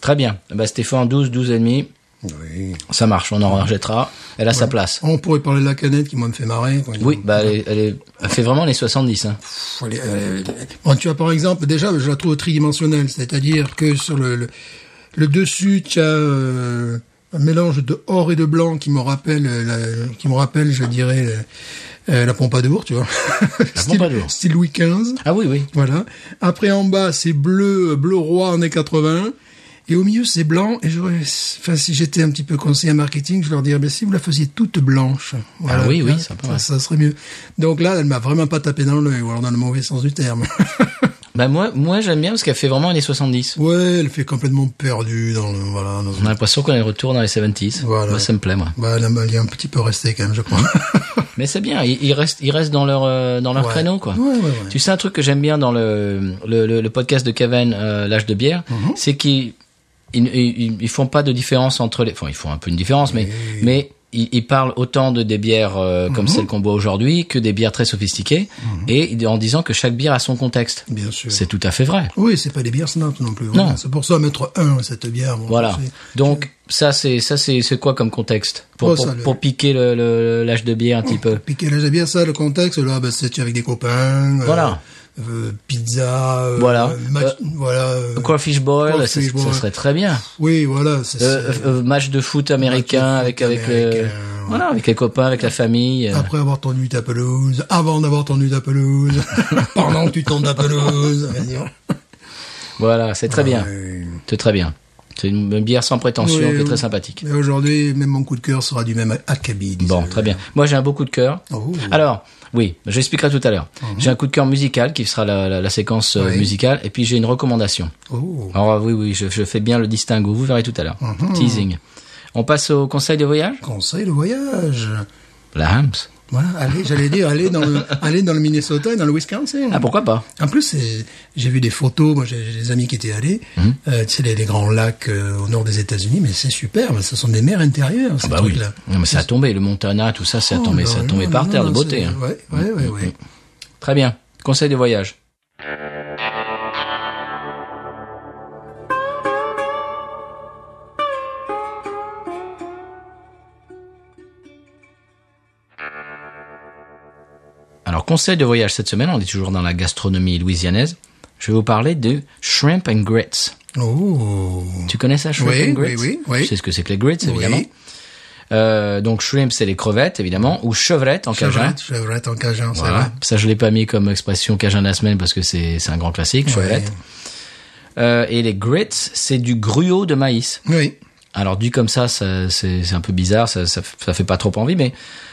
Très bien. Eh ben, Stéphane, 12, 12 et demi.
Oui.
Ça marche, on en rejettera. Elle a sa place.
On pourrait parler de la canette qui moi me fait marrer. quoi.
Oui, bah, elle, est- elle est- elle fait vraiment les 70. Hein.
Pff, elle est- elle est- euh, Bon, tu as par exemple, déjà, je la trouve tridimensionnelle, c'est-à-dire que sur le, le, le dessus, tu as euh, un mélange de or et de blanc qui me rappelle, euh, la- qui me rappelle, je dirais, euh, euh, la Pompadour, tu vois. La
Pompadour.
Style Louis XV.
Ah oui, oui.
Voilà. Après, en bas, c'est bleu, euh, bleu roi, années 80. Et au milieu, c'est blanc. Et j'aurais, enfin, si j'étais un petit peu conseiller en marketing, je leur dirais, ben, si vous la faisiez toute blanche.
Ah oui, oui,
hein,
sympa, ouais.
ça, ça serait mieux. Donc là, elle m'a vraiment pas tapé dans l'œil, ou alors dans le mauvais sens du terme.
Bah, moi, moi j'aime bien parce qu'elle fait vraiment les 70.
ouais, elle fait complètement perdue dans le, voilà, dans
On a l'impression qu'on est de retour dans les 70s.
Voilà.
Moi, ça me plaît, moi.
Bah, elle a- elle est un petit peu restée quand même, je crois.
Mais c'est bien, ils ils restent, ils restent dans leur euh, dans leur
Ouais.
créneau quoi.
Ouais, ouais, ouais.
Tu sais un truc que j'aime bien dans le le, le, le podcast de Kevin euh, l'âge de bière,
Mhm.
c'est qu'ils ils, ils, ils font pas de différence entre les, enfin ils font un peu une différence, mais mais ils, ils parlent autant de des bières euh,
Mhm.
comme celles qu'on boit aujourd'hui que des bières très sophistiquées et en disant que chaque bière a son contexte.
Bien sûr.
C'est tout à fait vrai.
Oui, c'est pas des bières snobs non plus.
Non.
C'est pour ça mettre un, cette bière. bon,
Voilà.
c'est-
Donc ça c'est ça c'est c'est quoi comme contexte pour
Oh,
pour,
ça, le- Oh.
pour piquer le le- l'âge de bière un petit peu.
Puis quelle est bien ça, le contexte là, bah, c'est avec des copains. euh,
Voilà.
euh, pizza. euh,
Voilà.
match-
Euh,
voilà. euh,
Crawfish boil, ça,
Crawfish
ça
boil.
serait très bien.
oui, voilà. c'est-
Euh,
c'est-
euh, match de foot américain
Match de
avec
foot
avec
américain,
le
ouais.
voilà avec les copains avec la famille euh.
Après avoir tendu ta pelouse, avant d'avoir tendu ta pelouse, pendant que tu tends ta pelouse. Ah vas-y.
voilà c'est très bien
Ouais.
c'est très bien c'est une une bière sans prétention
Oui,
qui est
oui.
très sympathique
Mais aujourd'hui, même mon coup de cœur sera du même acabit.
bon très bien moi j'ai un beau coup de cœur
Oh. Mhm.
alors oui j'expliquerai tout à l'heure j'ai un coup de cœur musical qui sera la, la- la séquence euh,
Oui.
musicale et puis j'ai une recommandation
Oh.
alors euh, oui oui je, je fais bien le distinguo vous verrez tout à l'heure
Mhm.
teasing on passe au conseil de voyage
Conseil de voyage.
la Hams
Voilà, allez, j'allais dire, allez dans le, allez dans le Minnesota et dans le Wisconsin.
ah pourquoi pas
En plus, c'est- j'ai vu des photos, moi j'ai j'ai des amis qui étaient allés,
Mhm.
euh, tu sais, les, les grands lacs euh, au nord des États-Unis, mais c'est superbe, ce sont des mers intérieures, ces
bah oui
trucs-là.
non, mais ça a tombé le Montana tout ça ça a
Oh,
tombé
non,
ça a tombé
non,
par
non,
terre
non,
de beauté
c'est-
hein.
Ouais, ouais, ouais, ouais.
Très bien. Conseil de voyage. Alors, conseil de voyage cette semaine, on est toujours dans la gastronomie louisianaise. Je vais vous parler de shrimp and grits.
Oh.
Tu connais ça, shrimp
Oui,
and grits
oui, oui, oui.
Tu sais ce que c'est que les grits, évidemment.
Oui.
Euh, donc, shrimp, c'est les crevettes, évidemment, ou chevrettes en cajun.
Chevrette, chevrette en cajun, c'est
Voilà.
vrai.
Ça, je l'ai pas mis comme expression cajun de la semaine parce que c'est c'est un grand classique, chevrette. Euh, et les grits, c'est du gruau de maïs.
Oui.
Alors dit comme ça, ça c'est c'est un peu bizarre, ça, ça, ça fait pas trop envie, mais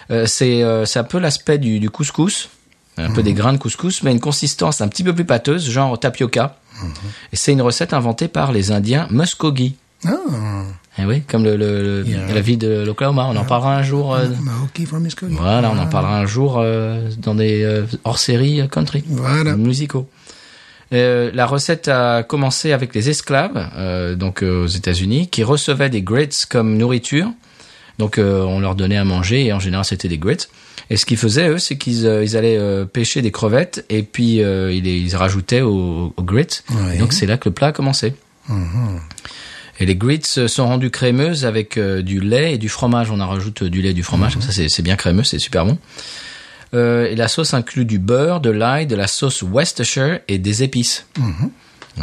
euh, c'est euh, c'est un peu l'aspect du, du couscous, un peu
Mhm.
des grains de couscous, mais une consistance un petit peu plus pâteuse, genre tapioca.
Mhm.
Et c'est une recette inventée par les Indiens Muskogee.
Ah.
Eh oui, comme le, le- le-
Yeah.
la ville de l'Oklahoma.
Ah.
On en parlera un jour. euh,
Maoki bah, from Muskogee.
voilà, on en parlera un jour euh, dans des euh, hors-séries euh, country
Voilà.
musicaux. Euh, la recette a commencé avec les esclaves, euh, donc euh, aux États-Unis, qui recevaient des grits comme nourriture. Donc euh, on leur donnait à manger et en général c'était des grits. Et ce qu'ils faisaient eux, c'est qu'ils euh, ils allaient euh, pêcher des crevettes et puis euh, ils, les- ils rajoutaient aux, aux grits.
Oui.
Donc c'est là que le plat a commencé. Et les grits euh, sont rendus crémeuses avec euh, du lait et du fromage. On en rajoute euh, du lait et du fromage, comme ça c'est c'est bien crémeux, c'est super bon. Euh, et la sauce inclut du beurre, de l'ail, de la sauce Worcestershire et des épices.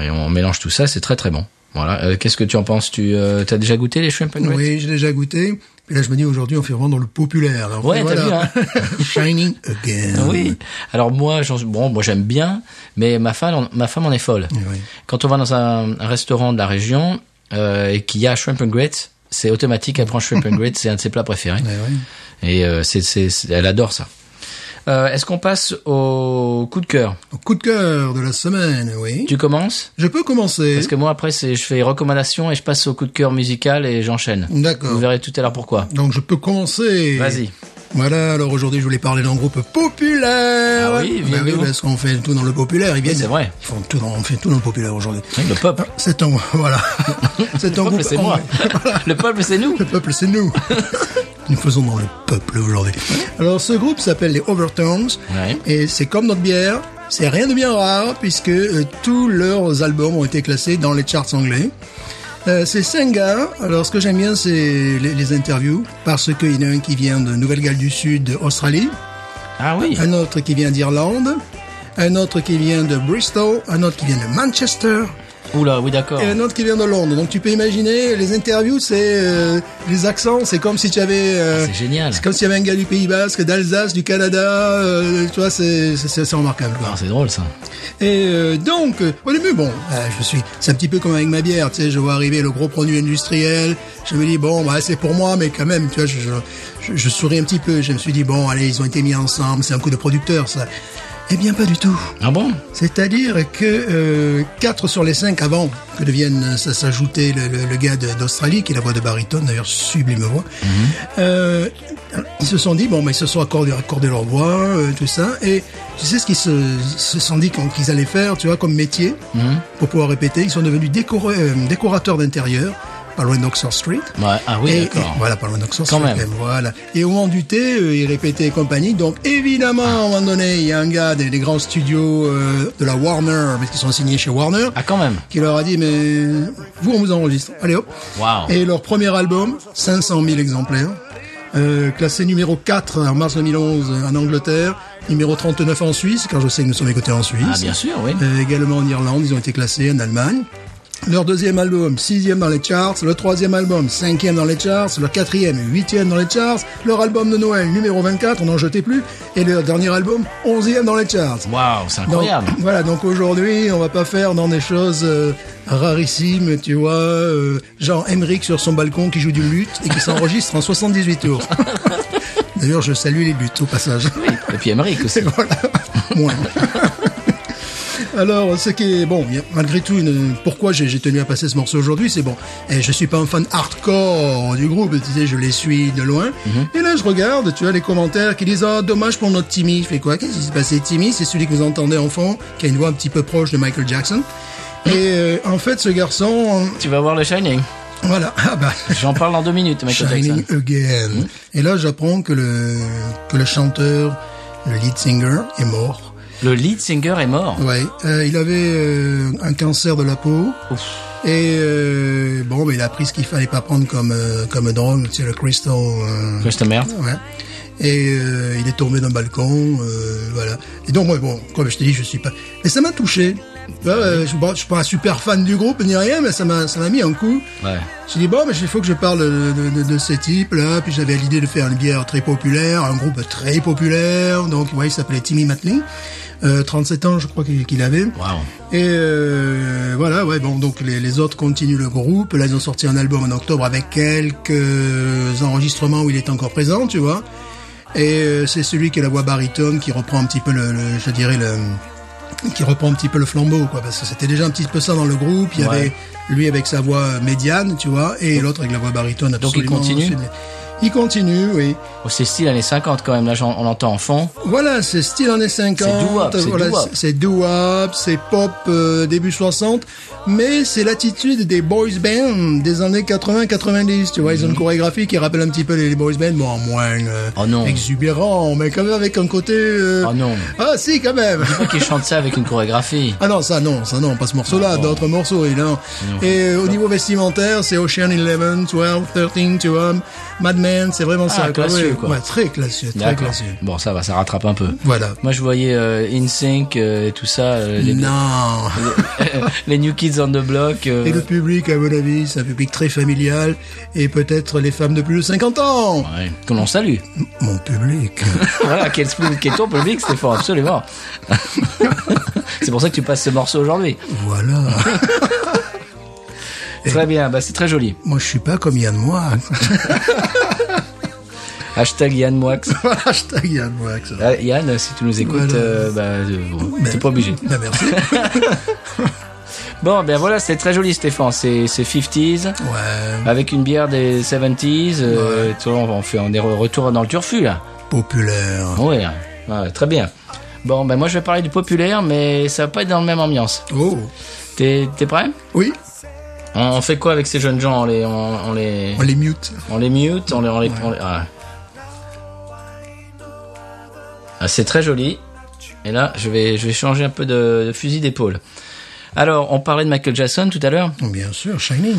Et on mélange tout ça, c'est très très bon. Voilà. Euh, Qu'est-ce que tu en penses Tu as déjà goûté les shrimp and grits
Oui, j'ai déjà goûté. Et là, je me dis aujourd'hui, on fait vraiment dans le populaire. Alors,
Ouais, t'as vu, hein.
Shining again.
Oui. Alors moi, j'en- bon, moi j'aime bien, mais ma femme, en- ma femme en est folle.
Oui.
Quand on va dans un, un restaurant de la région euh, et qu'il y a shrimp and grits, c'est automatique. Elle prend shrimp and grits, c'est un de ses plats préférés.
Ouais, ouais.
Et euh, c'est, c'est, c'est- elle adore ça. Euh, est-ce qu'on passe au coup de cœur
Au Coup de cœur de la semaine, oui.
Tu commences
Je peux commencer.
Parce que moi après, c'est, je fais recommandations et je passe au coup de cœur musical et j'enchaîne. Vous
D'accord.
verrez tout à l'heure pourquoi.
Donc je peux commencer.
Vas-y.
Voilà, alors aujourd'hui je voulais parler d'un groupe populaire.
Ah oui, viens
Bah oui,
nous.
parce qu'on fait tout dans le populaire. Ils viennent,
c'est vrai.
Ils font tout dans, on fait tout dans le populaire aujourd'hui. Ah,
Le peuple.
C'est un, voilà. C'est un
Le
groupe.
peuple, c'est moi. Le peuple, c'est nous.
Le peuple, c'est nous. nous faisons dans le peuple aujourd'hui. Alors, ce groupe s'appelle les Overtones.
Ouais.
Et c'est comme notre bière. C'est rien de bien rare puisque euh, tous leurs albums ont été classés dans les charts anglais. Euh, c'est cinq gars. Alors, ce que j'aime bien, c'est les, les interviews parce qu'il y en a un qui vient de Nouvelle-Galles du Sud, Australie.
Ah oui.
Un autre qui vient d'Irlande. Un autre qui vient de Bristol. Un autre qui vient de Manchester
Oula, oui d'accord.
Euh, et un autre qui vient de Londres. Donc tu peux imaginer, les interviews, c'est euh, les accents, c'est comme si tu avais... euh,
Ah, c'est génial.
C'est comme s'il y avait un gars du Pays Basque, d'Alsace, du Canada, euh, tu vois, c'est c'est- c'est- c'est remarquable. quoi.
Ah, c'est drôle ça.
Et euh, donc, euh, au début, bon, euh, je suis, c'est un petit peu comme avec ma bière, tu sais, je vois arriver le gros produit industriel, je me dis bon, bah c'est pour moi, mais quand même, tu vois, je, je, je- je souris un petit peu, je me suis dit bon, allez, ils ont été mis ensemble, c'est un coup de producteur, ça. Eh bien, pas du tout.
Ah bon
C'est-à-dire que euh, 4 sur les 5 avant que devienne euh, ça s'ajouter le, le- le gars de- d'Australie, qui est la voix de baryton, d'ailleurs sublime voix, euh, ils se sont dit, bon, mais ils se sont accordés, accordé leur voix, euh, tout ça, et tu sais ce qu'ils se, se sont dit qu'on- qu'ils allaient faire, tu vois, comme métier, pour pouvoir répéter, ils sont devenus décor- euh, décorateurs d'intérieur, pas loin d'Oxford Street.
Ouais, Ah oui,
Et-
d'accord.
et- voilà, par loin d'Oxford
Quand
Street,
même.
Voilà. Et au moment du thé, euh, il répétait et compagnie. Donc, évidemment, à un moment donné, il y a un gars des, des grands studios euh, de la Warner, parce qu'ils sont signés chez Warner,
Ah quand même.
qui leur a dit, mais vous, on vous enregistre. Allez hop.
Waouh.
Et leur premier album, 500 000 exemplaires, euh, classé numéro 4 en mars 2011 euh, en Angleterre, numéro 39 en Suisse, car je sais que nous sommes écoutés en Suisse.
Ah bien sûr, oui.
Euh, également en Irlande, ils ont été classés en Allemagne. Leur deuxième album, sixième dans les charts. Le troisième album, cinquième dans les charts. Le quatrième, huitième dans les charts. Leur album de Noël, numéro 24, on n'en jetait plus. Et leur dernier album, onzième dans les charts.
Waouh, c'est
Donc,
incroyable.
voilà, donc aujourd'hui, on va pas faire dans des choses euh, rarissimes, tu vois, euh, genre Emmerich sur son balcon qui joue du luth et qui s'enregistre en 78 tours. D'ailleurs, je salue les buts au passage.
Et puis Emmerich aussi.
Voilà. Moins. Alors, ce qui est bon, bien, malgré tout, une- pourquoi j'ai j'ai tenu à passer ce morceau aujourd'hui, c'est bon. Et je suis pas un fan hardcore du groupe, tu sais, je les suis de loin.
Mhm.
Et là, je regarde, tu as les commentaires qui disent, ah, dommage pour notre Timmy. Je fais quoi Qu'est-ce qui s'est passé Timmy, c'est celui que vous entendez en fond, qui a une voix un petit peu proche de Michael Jackson.
Mhm.
Et euh, en fait, ce garçon, euh,
Tu vas voir le Shining.
voilà, ah bah,
J'en parle dans deux minutes, Michael
Shining
Jackson. Mhm.
Again. Et là, j'apprends que le que le chanteur, le lead singer, est mort.
Le lead singer est mort.
Ouais, euh, il avait euh, un cancer de la peau.
Ouf.
Et euh, bon, mais il a pris ce qu'il fallait pas prendre comme euh, comme drogue, c'est le crystal. euh,
Christ de merde.
ouais. Et euh, il est tombé d'un balcon, euh, voilà. Et donc ouais, bon, comme je te dis, je suis pas. Mais ça m'a touché. Ouais, euh, je, bon, je suis pas un super fan du groupe ni rien, mais ça m'a ça m'a mis un coup.
Ouais.
J'ai dit bon, mais il faut que je parle de, de, de ces types là. Puis j'avais l'idée de faire une bière très populaire, un groupe très populaire. Donc ouais, il s'appelait Timmy Matley. Euh, 37 ans, je crois qu'il qu'il avait.
Waouh.
Et euh, voilà, ouais, bon, donc les, les autres continuent le groupe. Là, ils ont sorti un album en octobre avec quelques enregistrements où il est encore présent, tu vois. Et euh, c'est celui qui a la voix baritone qui reprend un petit peu le, le- je dirais le qui reprend un petit peu le flambeau quoi parce que c'était déjà un petit peu ça dans le groupe il y
Ouais.
euh, avait lui avec sa voix médiane tu vois et l'autre avec la voix baritone
il
absolument
continue
sublime. Il continue, oui.
Oh, c'est style années 50 quand même, là j'en- on l'entend en fond.
Voilà, c'est style années 50.
C'est doo-wop, c'est
voilà,
doo-wop.
c'est- c'est doo-wop, c'est pop euh, début 60, mais c'est l'attitude des boys bands des années 80-90. Tu vois, ils ont une chorégraphie qui rappelle un petit peu les, les boys bands, bon, moins euh,
Mhm. Oh non.
exubérant, mais quand même avec un côté. euh,
Oh non.
Ah si, quand même.
Pourquoi qu'ils chantent ça avec une chorégraphie
Ah non, ça non, ça non, pas ce
Ah
morceau-là, d'autres morceaux, et non. Et euh, au niveau vestimentaire, c'est Ocean 11, 12, 13, tu vois, Madman, c'est vraiment
Ah,
ça.
classieux,
ouais.
quoi.
Ouais, très classieux, très
D'accord.
classieux.
Bon, ça va, ça rattrape un peu.
Voilà.
Moi, je voyais euh, InSync euh, et tout ça, euh, les,
Non.
les New Kids on the Block. euh,
Et le public, à mon avis, c'est un public très familial et peut-être les femmes de plus de 50 ans.
ouais, que l'on salue.
Mon public.
voilà, quel spleen, quel ton public, Stéphane, absolument. c'est pour ça que tu passes ce morceau aujourd'hui.
voilà.
Très bien, bah, c'est très joli.
Moi, je suis pas comme Yann Moix.
Hashtag Yann Moix.
Hashtag Yann Moix.
Ah, Yann, si tu nous écoutes,
Voilà.
euh, bah, euh, bon,
Ben,
t'es pas obligé.
Ben, merci.
Bon, ben voilà, c'est très joli, Stéphane. C'est c'est 50s.
Ouais.
Avec une bière des 70s, euh, tu vois, on, fait, on est re- retour dans le turfu là.
Populaire.
Ouais, hein. ouais, très bien. Bon, ben moi je vais parler du populaire, mais ça va pas être dans la même ambiance.
Oh.
T'es t'es prêt
Oui,
On fait quoi avec ces jeunes gens On les, on, on les,
on les mute.
on les mute, on les, on les, on les- ah. Ah, c'est très joli. Et là, je vais, je vais changer un peu de, de fusil d'épaule. Alors, on parlait de Michael Jackson tout à l'heure.
Oh, Bien sûr, Shining.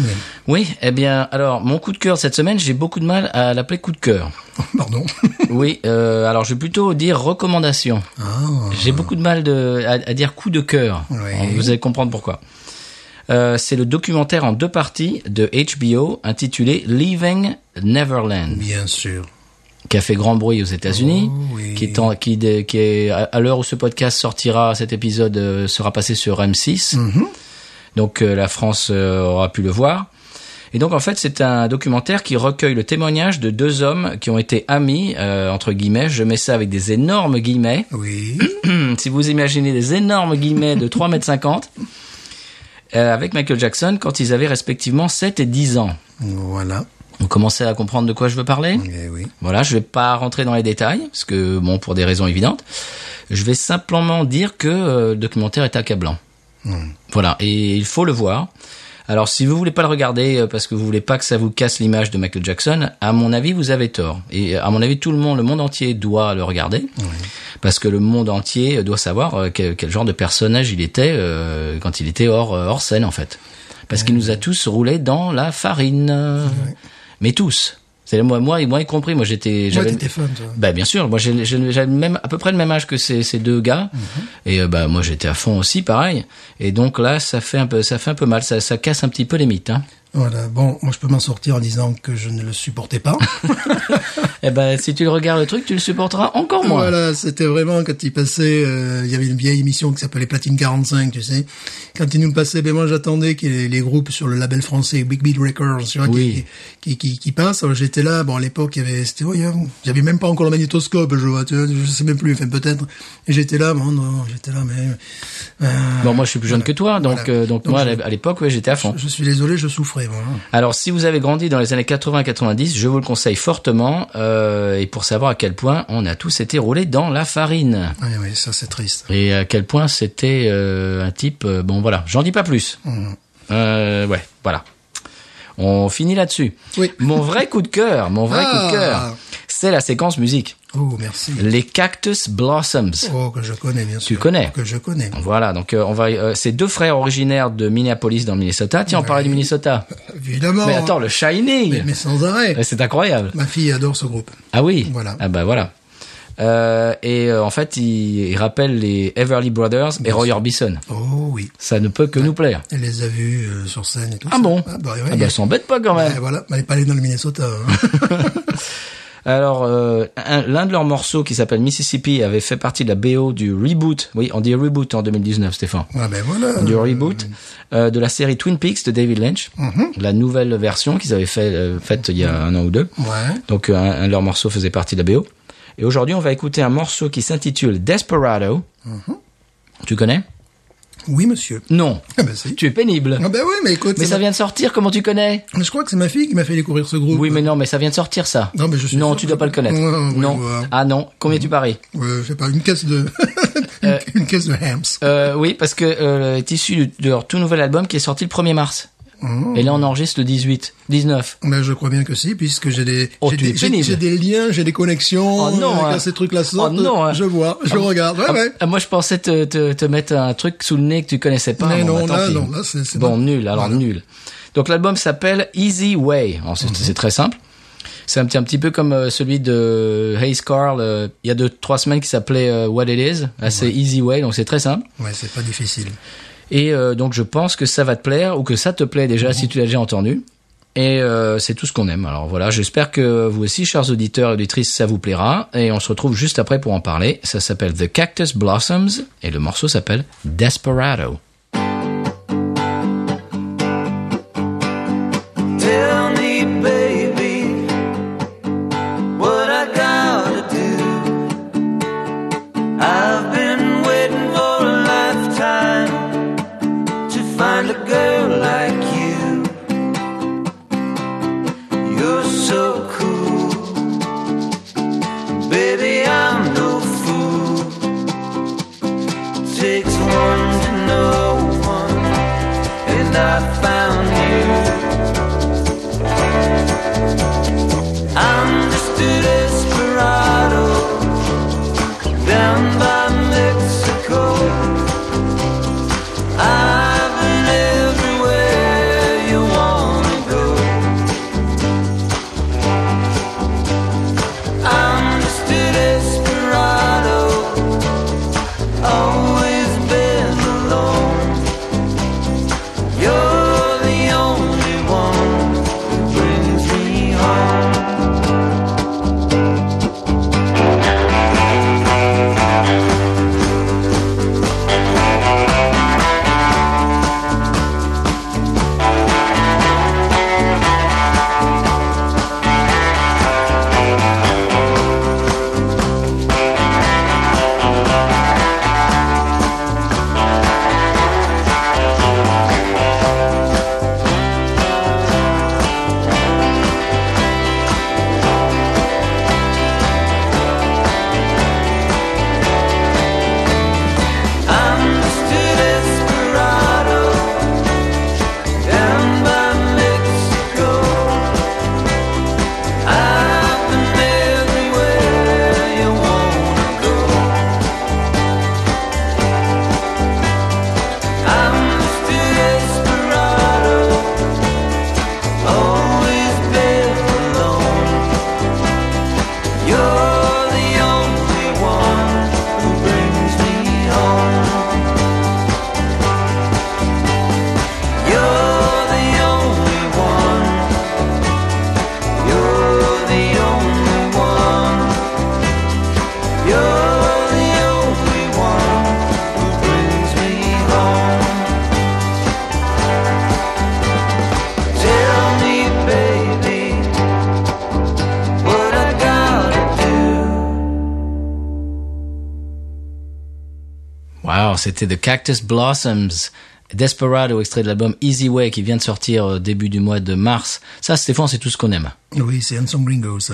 Oui, eh bien, alors mon coup de cœur cette semaine, j'ai beaucoup de mal à l'appeler coup de cœur.
Pardon.
Oui, euh, alors je vais plutôt dire recommandation.
Ah.
J'ai beaucoup de mal de, à, à dire coup de cœur.
Oui.
Vous allez comprendre pourquoi. Euh, c'est le documentaire en deux parties de HBO intitulé Leaving Neverland,
Bien sûr.
qui a fait grand bruit aux États-Unis,
Oh, oui.
qui est, en- qui, dé- qui est à à l'heure où ce podcast sortira, cet épisode euh, sera passé sur M6.
Mhm.
Donc euh, la France euh, aura pu le voir. Et donc en fait c'est un documentaire qui recueille le témoignage de deux hommes qui ont été amis euh, entre guillemets. Je mets ça avec des énormes guillemets.
Oui.
si vous imaginez des énormes guillemets de 3 mètres 50 euh, avec Michael Jackson quand ils avaient respectivement 7 et 10 ans.
voilà.
Vous commencez à comprendre de quoi je veux parler
Eh oui.
Voilà, je vais pas rentrer dans les détails parce que bon pour des raisons évidentes. Je vais simplement dire que euh, le documentaire est accablant.
Hmm.
Voilà, et il faut le voir. Alors si vous voulez pas le regarder euh, parce que vous voulez pas que ça vous casse l'image de Michael Jackson, à mon avis vous avez tort. Et euh, à mon avis tout le monde, le monde entier doit le regarder parce que le monde entier doit savoir euh, quel, quel genre de personnage il était euh, quand il était hors euh, hors scène en fait. Parce qu'il nous a tous roulés dans la farine, euh, mais tous. C'est moi, moi, moi y compris. Moi j'étais,
Moi,
j'avais-
t'étais fan, toi.
bah bien sûr, moi j'ai- j'ai- j'avais même à peu près le même âge que ces, ces deux gars et euh, bah moi j'étais à fond aussi pareil et donc là ça fait un peu ça fait un peu mal ça, ça casse un petit peu les mythes hein.
Voilà. Bon, moi, je peux m'en sortir en disant que je ne le supportais pas.
Eh ben si tu le regardes le truc tu le supporteras encore moins.
Voilà, c'était vraiment quand il passait, euh, il y avait une vieille émission qui s'appelait Platine 45, tu sais. Quand il nous passait, ben moi j'attendais que les, les groupes sur le label français Big Beat Records, tu vois, qui-
Oui.
qui, qui, qui passe. Alors, J'étais là, bon à l'époque il y avait, c'était, ouais, il y avait- il y avait même pas encore le magnétoscope, je vois, tu vois, je sais même plus, enfin peut-être. Et j'étais là, bon non, j'étais là, mais euh,
Bon moi je suis plus jeune que toi donc
Voilà.
euh, donc,
Donc,
moi
je-
à l'é- à l'époque ouais, j'étais à fond.
je suis désolé, je souffrais. hein. Voilà.
Alors si vous avez grandi dans les années 80-90 je vous le conseille fortement euh, et pour savoir à quel point on a tous été roulés dans la farine
Ouais, ouais, Ah, ça c'est triste.
et à quel point c'était euh, un type euh, bon voilà j'en dis pas plus.
Mhm.
Euh, ouais, voilà. On finit là-dessus.
Oui.
Mon vrai coup de cœur, mon vrai coup
Ah.
de cœur, c'est la séquence musique.
Oh merci.
Les Cactus Blossoms.
Oh que je connais bien sûr.
Tu connais.
Que je connais.
Voilà, donc euh, on va. euh, c'est deux frères originaires de Minneapolis dans le Minnesota. Tiens, on parlait du Minnesota.
Évidemment. hein.
Mais attends, le Shining.
Oh. mais, mais sans arrêt.
Ouais, C'est incroyable.
Ma fille adore ce groupe.
Ah oui.
Voilà.
Ah bah voilà. Euh, et euh, en fait, il, il rappelle les Everly Brothers et Roy Orbison.
Oh oui.
Ça ne peut que nous plaire.
Elle les a vus euh, sur scène et tout.
Ah
ça.
bon
Ah bah, ouais,
Ah
il y a-
bah, s'embête pas quand même.
Ouais, voilà, mais elle est pas allée dans le Minnesota. hein.
Alors, euh, un- l'un de leurs morceaux qui s'appelle Mississippi avait fait partie de la BO du reboot. Oui, on dit reboot en 2019, Stéphane.
ah ben voilà.
Du reboot euh, de la série Twin Peaks de David Lynch,
Mhm.
la nouvelle version qu'ils avaient fait, euh, faite il y a un an ou deux.
Ouais.
Donc, euh, un, un de leurs morceaux faisait partie de la BO. Et
Mhm.
aujourd'hui, on va écouter un morceau qui s'intitule Desperado. Tu connais
Oui, monsieur.
Non.
Ah ben si.
Tu es pénible.
Ah ben oui, mais écoute,
Mais
c'est
ça
ma-
vient de sortir, comment tu connais
je crois que c'est ma fille qui m'a fait découvrir ce groupe.
Oui, mais non, mais ça vient de sortir, ça.
Non, mais je suis sûr
tu
que-
dois pas le connaître.
Ouais, ouais,
non.
ouais.
Ah non, combien tu paries
Euh, je sais pas, une caisse de... une, une caisse de hams.
Euh, oui, parce que euh, est issu de leur tout nouvel album qui est sorti le 1er mars.
Mmh.
Et là, on enregistre le 18, 19.
Ben, je crois bien que si, puisque j'ai des,
Oh,
j'ai
tu
des,
es
j'ai-
pénible.
j'ai des liens, j'ai des connexions.
Oh non,
euh,
hein.
quand ces trucs-là sortent,
Oh non, hein.
je vois, je regarde. Ouais,
Ah,
ouais.
ah, moi, je pensais te, te, te mettre un truc sous le nez que tu connaissais pas.
Mais
Bon,
non,
bah, tant
là,
pis.
non, là, c'est- c'est
bon,
mal.
nul, alors nul. Donc, l'album s'appelle Easy Way. Alors, c'est
Mmh.
c'est très simple. C'est un petit, un petit peu comme euh, celui de Hayes Carl, euh, il y a deux, trois semaines, qui s'appelait euh, What It Is. Là, c'est Easy Way, donc c'est très simple.
Ouais, c'est pas difficile.
Et euh, donc je pense que ça va te plaire ou que ça te plaît déjà si tu l'as déjà entendu. Et euh, c'est tout ce qu'on aime. Alors voilà, j'espère que vous aussi, chers auditeurs et auditrices, ça vous plaira. Et on se retrouve juste après pour en parler. Ça s'appelle The Cactus Blossoms et le morceau s'appelle Desperado.
Tell me, baby, what I gotta do. I've been waiting for a lifetime to find a girl like you. You're so cool, baby. I'm no fool. Takes one to know one, and I found you. I'm just a desperado down by Mexico. I've been everywhere you wanna go. I'm just a desperado, always been alone. You're the only one who brings me home. I'm just a desperado down by Mexico. I've been everywhere you wanna go. I'm just a desperado, always been alone. You're the only one who brings me home. You're the only one. You're the only one. You're the only one who brings me home. Tell me, baby, what I gotta do.
Wow, c'était The Cactus Blossoms. Desperado, extrait de l'album Easy Way qui vient de sortir euh, début du mois de mars. Ça, Stéphane, c'est tout ce qu'on aime.
Oui, c'est Hanson Gringo, ça.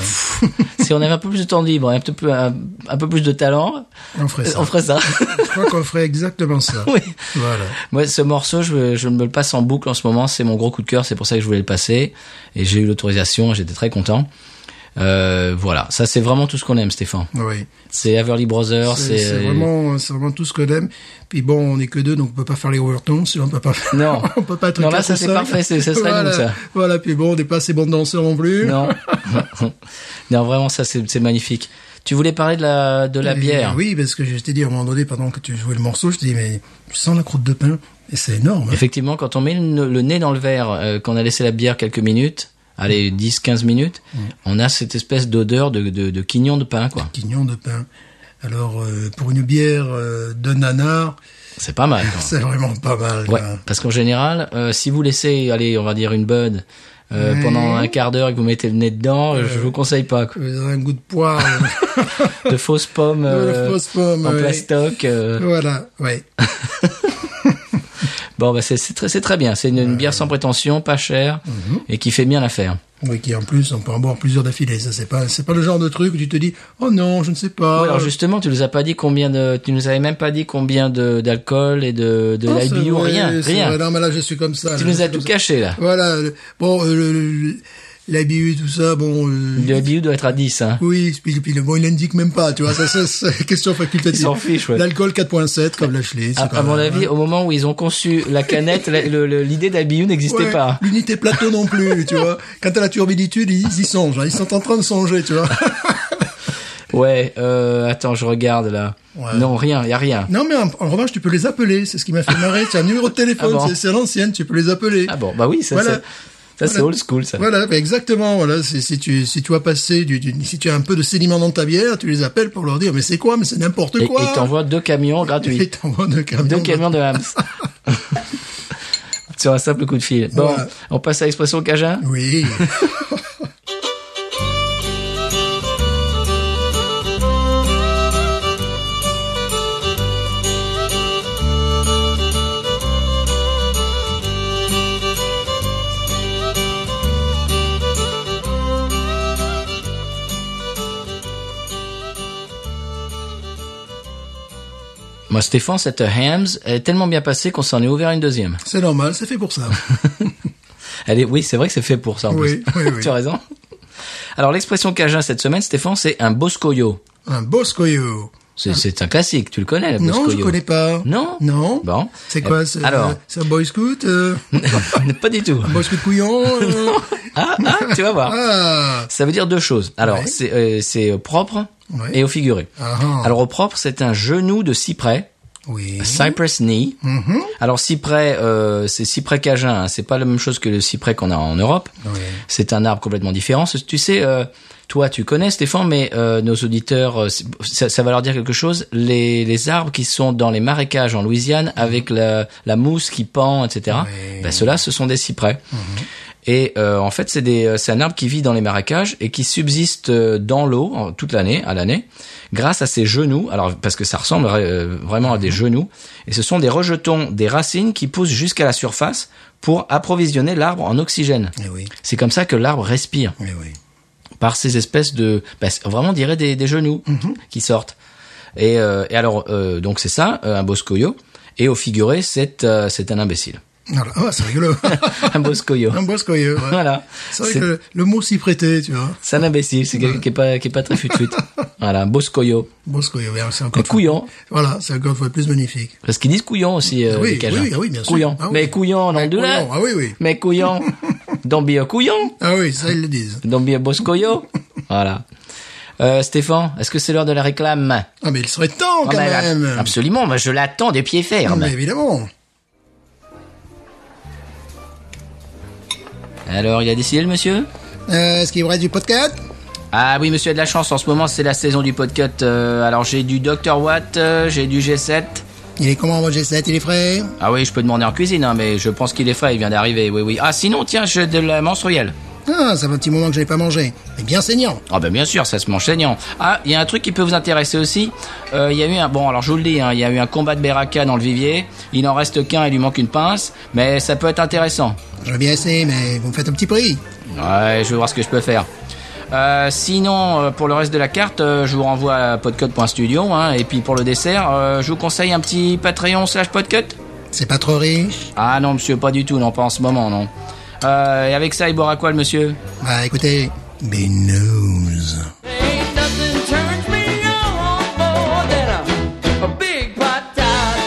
si on avait un peu plus de temps libre, et un, petit peu, un, un peu plus de talent,
On ferait ça.
on ferait ça.
Je crois qu'on ferait exactement ça.
Oui.
Voilà.
Moi, ce morceau, je, je me le passe en boucle en ce moment. C'est mon gros coup de cœur. C'est pour ça que je voulais le passer. Et j'ai eu l'autorisation. J'étais très content. Euh, voilà. Ça, c'est vraiment tout ce qu'on aime, Stéphane.
Oui.
C'est Averly Brothers.
C'est c'est vraiment, c'est vraiment tout ce qu'on aime. Puis bon, on est que deux, donc on peut pas faire les overtones, on peut pas faire,
Non.
on peut pas
Non,
truquer
là, ça,
tout
c'est
seul.
parfait, c'est- ce serait
voilà.
nous, ça.
Voilà, puis bon, on n'est pas assez bons danseurs non plus.
Non. non, vraiment, ça, c'est c'est magnifique. Tu voulais parler de la, de la
Et,
bière.
Euh, Oui, parce que je t'ai dit à un moment donné, pendant que tu jouais le morceau, je t'ai dit, mais tu sens la croûte de pain, et c'est énorme. hein.
Effectivement, quand on met le, le nez dans le verre, euh, qu'on a laissé la bière quelques minutes, allez, 10, 15 minutes, on a cette espèce d'odeur de, de, de quignon de pain, quoi.
Quignon de pain. Alors, euh, pour une bière euh, de nanar,
C'est pas mal, quoi.
c'est vraiment pas mal. hein.
Ouais,
quoi.
parce qu'en général, euh, si vous laissez, allez, on va dire une bud euh,
Ouais.
pendant un quart d'heure et que vous mettez le nez dedans, euh,
Euh.
je vous conseille pas. quoi.
Vous avez un goût de poire,
De fausses pommes,
de
euh,
fausse pomme.
en euh,
ouais.
plastoc. euh,
Voilà, ouais.
Bon, bah, c'est c'est très, c'est très bien. C'est une, une bière sans prétention, pas chère,
Mhm.
et qui fait bien l'affaire.
Oui, qui en plus, on peut en boire plusieurs d'affilée. Ça, c'est pas, c'est pas le genre de truc où tu te dis, oh non, je ne sais pas.
Ouais, alors justement, tu nous as pas dit combien de, tu nous avais même pas dit combien de d'alcool et de de
Non, Ah, c'est
l'IBU,
vrai,
rien,
c'est
rien.
vrai. Non, mais là, je suis comme ça.
Tu
là,
nous as
je suis
tout
comme ça.
caché là.
Voilà. le- Bon, euh, le- le- l'IBU, tout ça, bon. euh,
L'IBU doit être à 10. Hein.
Oui, puis, puis le- bon, il l'indique même pas, tu vois, ça, ça, c'est question facultative.
Il s'en fiche, ouais.
L'alcool 4.7, comme Lashley. c'est
À,
quand
à mon
même,
avis,
hein.
au moment où ils ont conçu la canette, la- le- le- l'idée d'IBU n'existait
Ouais,
pas.
L'unité plateau non plus, tu vois. Quant à la turbiditude, ils y songent, hein, ils sont en train de songer, tu vois.
Ouais. Euh, attends, je regarde là.
Ouais.
Non, rien. Y a rien.
Non, mais en, en revanche, tu peux les appeler. C'est ce qui m'a fait marrer. C'est un numéro de téléphone.
Ah bon
c'est- C'est à l'ancienne. Tu peux les appeler.
Ah bon, bah oui, ça,
Voilà.
c'est- ça c'est
Voilà.
old school ça.
Voilà, bah, exactement. Voilà, c'est- si tu si tu as passé du, du- si tu as un peu de sédiment dans ta bière, tu les appelles pour leur dire mais c'est quoi, mais c'est n'importe
Et
quoi.
et t'envoies deux camions
Et
gratuits,
t'envoies deux camions.
deux camions de hams. Sur un simple coup de fil. Bon,
Voilà.
on passe à l'expression Cajun.
Oui.
Moi, Stéphane, cette Hams elle est tellement bien passée qu'on s'en est ouvert une deuxième.
c'est normal. C'est fait pour ça.
Elle est, oui, c'est vrai que c'est fait pour ça en
Oui,
plus.
oui, oui.
tu as raison. Alors, l'expression Cajun cette semaine, Stéphane, c'est un boscoyo.
un boscoyo.
C'est, c'est un classique, tu le connais, le
Ah. Non,
boscoyo.
je connais pas.
Non
Non.
Bon.
C'est
Euh,
quoi c'est-
alors.
euh, C'est un boy scout. euh,
pas du tout.
un boy scout couillon. euh,
Ah, ah, tu vas voir.
ah.
Ça veut dire deux choses. Alors,
Ouais.
c'est, euh, c'est euh, propre
Ouais.
et au figuré.
Ah, ah. Mhm.
Alors, au propre, c'est un genou de cyprès.
Oui.
Cypress knee.
Mhm.
Alors cyprès, euh, c'est cyprès cajun. hein. C'est pas la même chose que le cyprès qu'on a en Europe.
Oui.
C'est un arbre complètement différent. C'est- Tu sais, euh, toi tu connais Stéphane, mais euh, nos auditeurs, euh, c'est- ça, ça va leur dire quelque chose. Les, les arbres qui sont dans les marécages en Louisiane avec la, la mousse qui pend, etc.
Oui.
Ben, ceux-là, ce sont des cyprès. Et euh, en fait, c'est des, euh, c'est un arbre qui vit dans les marécages et qui subsiste euh, dans l'eau en- toute l'année, à l'année, grâce à ses genoux. Alors parce que ça ressemble euh, vraiment à des genoux. Et ce sont des rejetons, des racines qui poussent jusqu'à la surface pour approvisionner l'arbre en oxygène.
Eh oui.
C'est comme ça que l'arbre respire
Eh oui.
par ces espèces de, bah, c'est- vraiment on dirait des, des genoux
Mhm.
qui sortent. Et, euh, et alors euh, donc c'est ça, euh, un boscoyo. Et au figuré, c'est euh, c'est un imbécile,
Voilà. Ah, c'est rigolo.
un boscoyo.
un boscoyo. ouais.
voilà.
C'est vrai
C'est-
que le mot s'y prêtait, tu vois.
C'est un imbécile, c'est quelqu'un qui est pas qui est pas très fut fut. voilà, un boscoyo.
Boscoyo, ouais, c'est
Et
encore.
couillon,
Voilà, c'est encore une fois plus magnifique.
parce qu'ils disent couillon aussi euh,
Oui,
les Cajuns.
oui, ah oui, bien sûr.
Couillon,
Ah oui.
mais couillon dans le
Couillon, Ah oui, oui.
mais couillon dans bien couillon,
Ah oui, ça, ils le disent.
dans bien boscoyo. voilà. Euh, Stéphane, est-ce que c'est l'heure de la réclame
Ah, mais il serait temps,
Ah,
quand
mais là-
même.
Absolument, moi je l'attends des pieds
Ah,
fermes.
mais évidemment.
Alors, il a décidé le monsieur
Euh, Est-ce qu'il vous reste du podcast
Ah oui, monsieur a de la chance, en ce moment c'est la saison du podcast. euh, alors j'ai du Dr Watt, euh, j'ai du G7.
Il est comment, mon G7 Il est frais
Ah oui, je peux demander en cuisine, hein, mais je pense qu'il est frais, il vient d'arriver, oui, oui. Ah sinon, tiens, j'ai de la menstruelle.
Ah, ça fait un petit moment que je n'ai pas mangé. Mais bien saignant.
Ah ben bien sûr, ça se mange saignant. Ah, il y a un truc qui peut vous intéresser aussi. Euh, Il y a eu un... Bon, alors je vous le dis, hein, il y a eu un combat de Beraka dans le vivier. Il n'en reste qu'un, il lui manque une pince, mais ça peut être intéressant.
Je veux bien essayer, mais vous me faites un petit prix.
Ouais, je vais voir ce que je peux faire. Euh, sinon, euh, pour le reste de la carte, euh, je vous renvoie à podcut.studio. hein, et puis pour le dessert, euh, je vous conseille un petit Patreon slash podcut.
C'est pas trop riche
Ah non, monsieur, pas du tout, non, pas en ce moment, non. Euh, et avec ça, il boira quoi, le monsieur
Bah, écoutez, Benose.
Ain't nothing turns me on more than a, a big patat.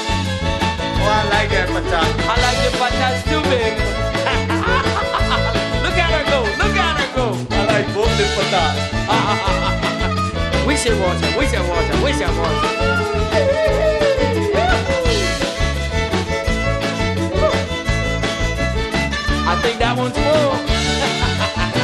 Oh, I like that patat. I like the patats too big. look at her go, look at her go. I like both the patats. we should watch her, we should watch her, we should watch her. I think that one's full.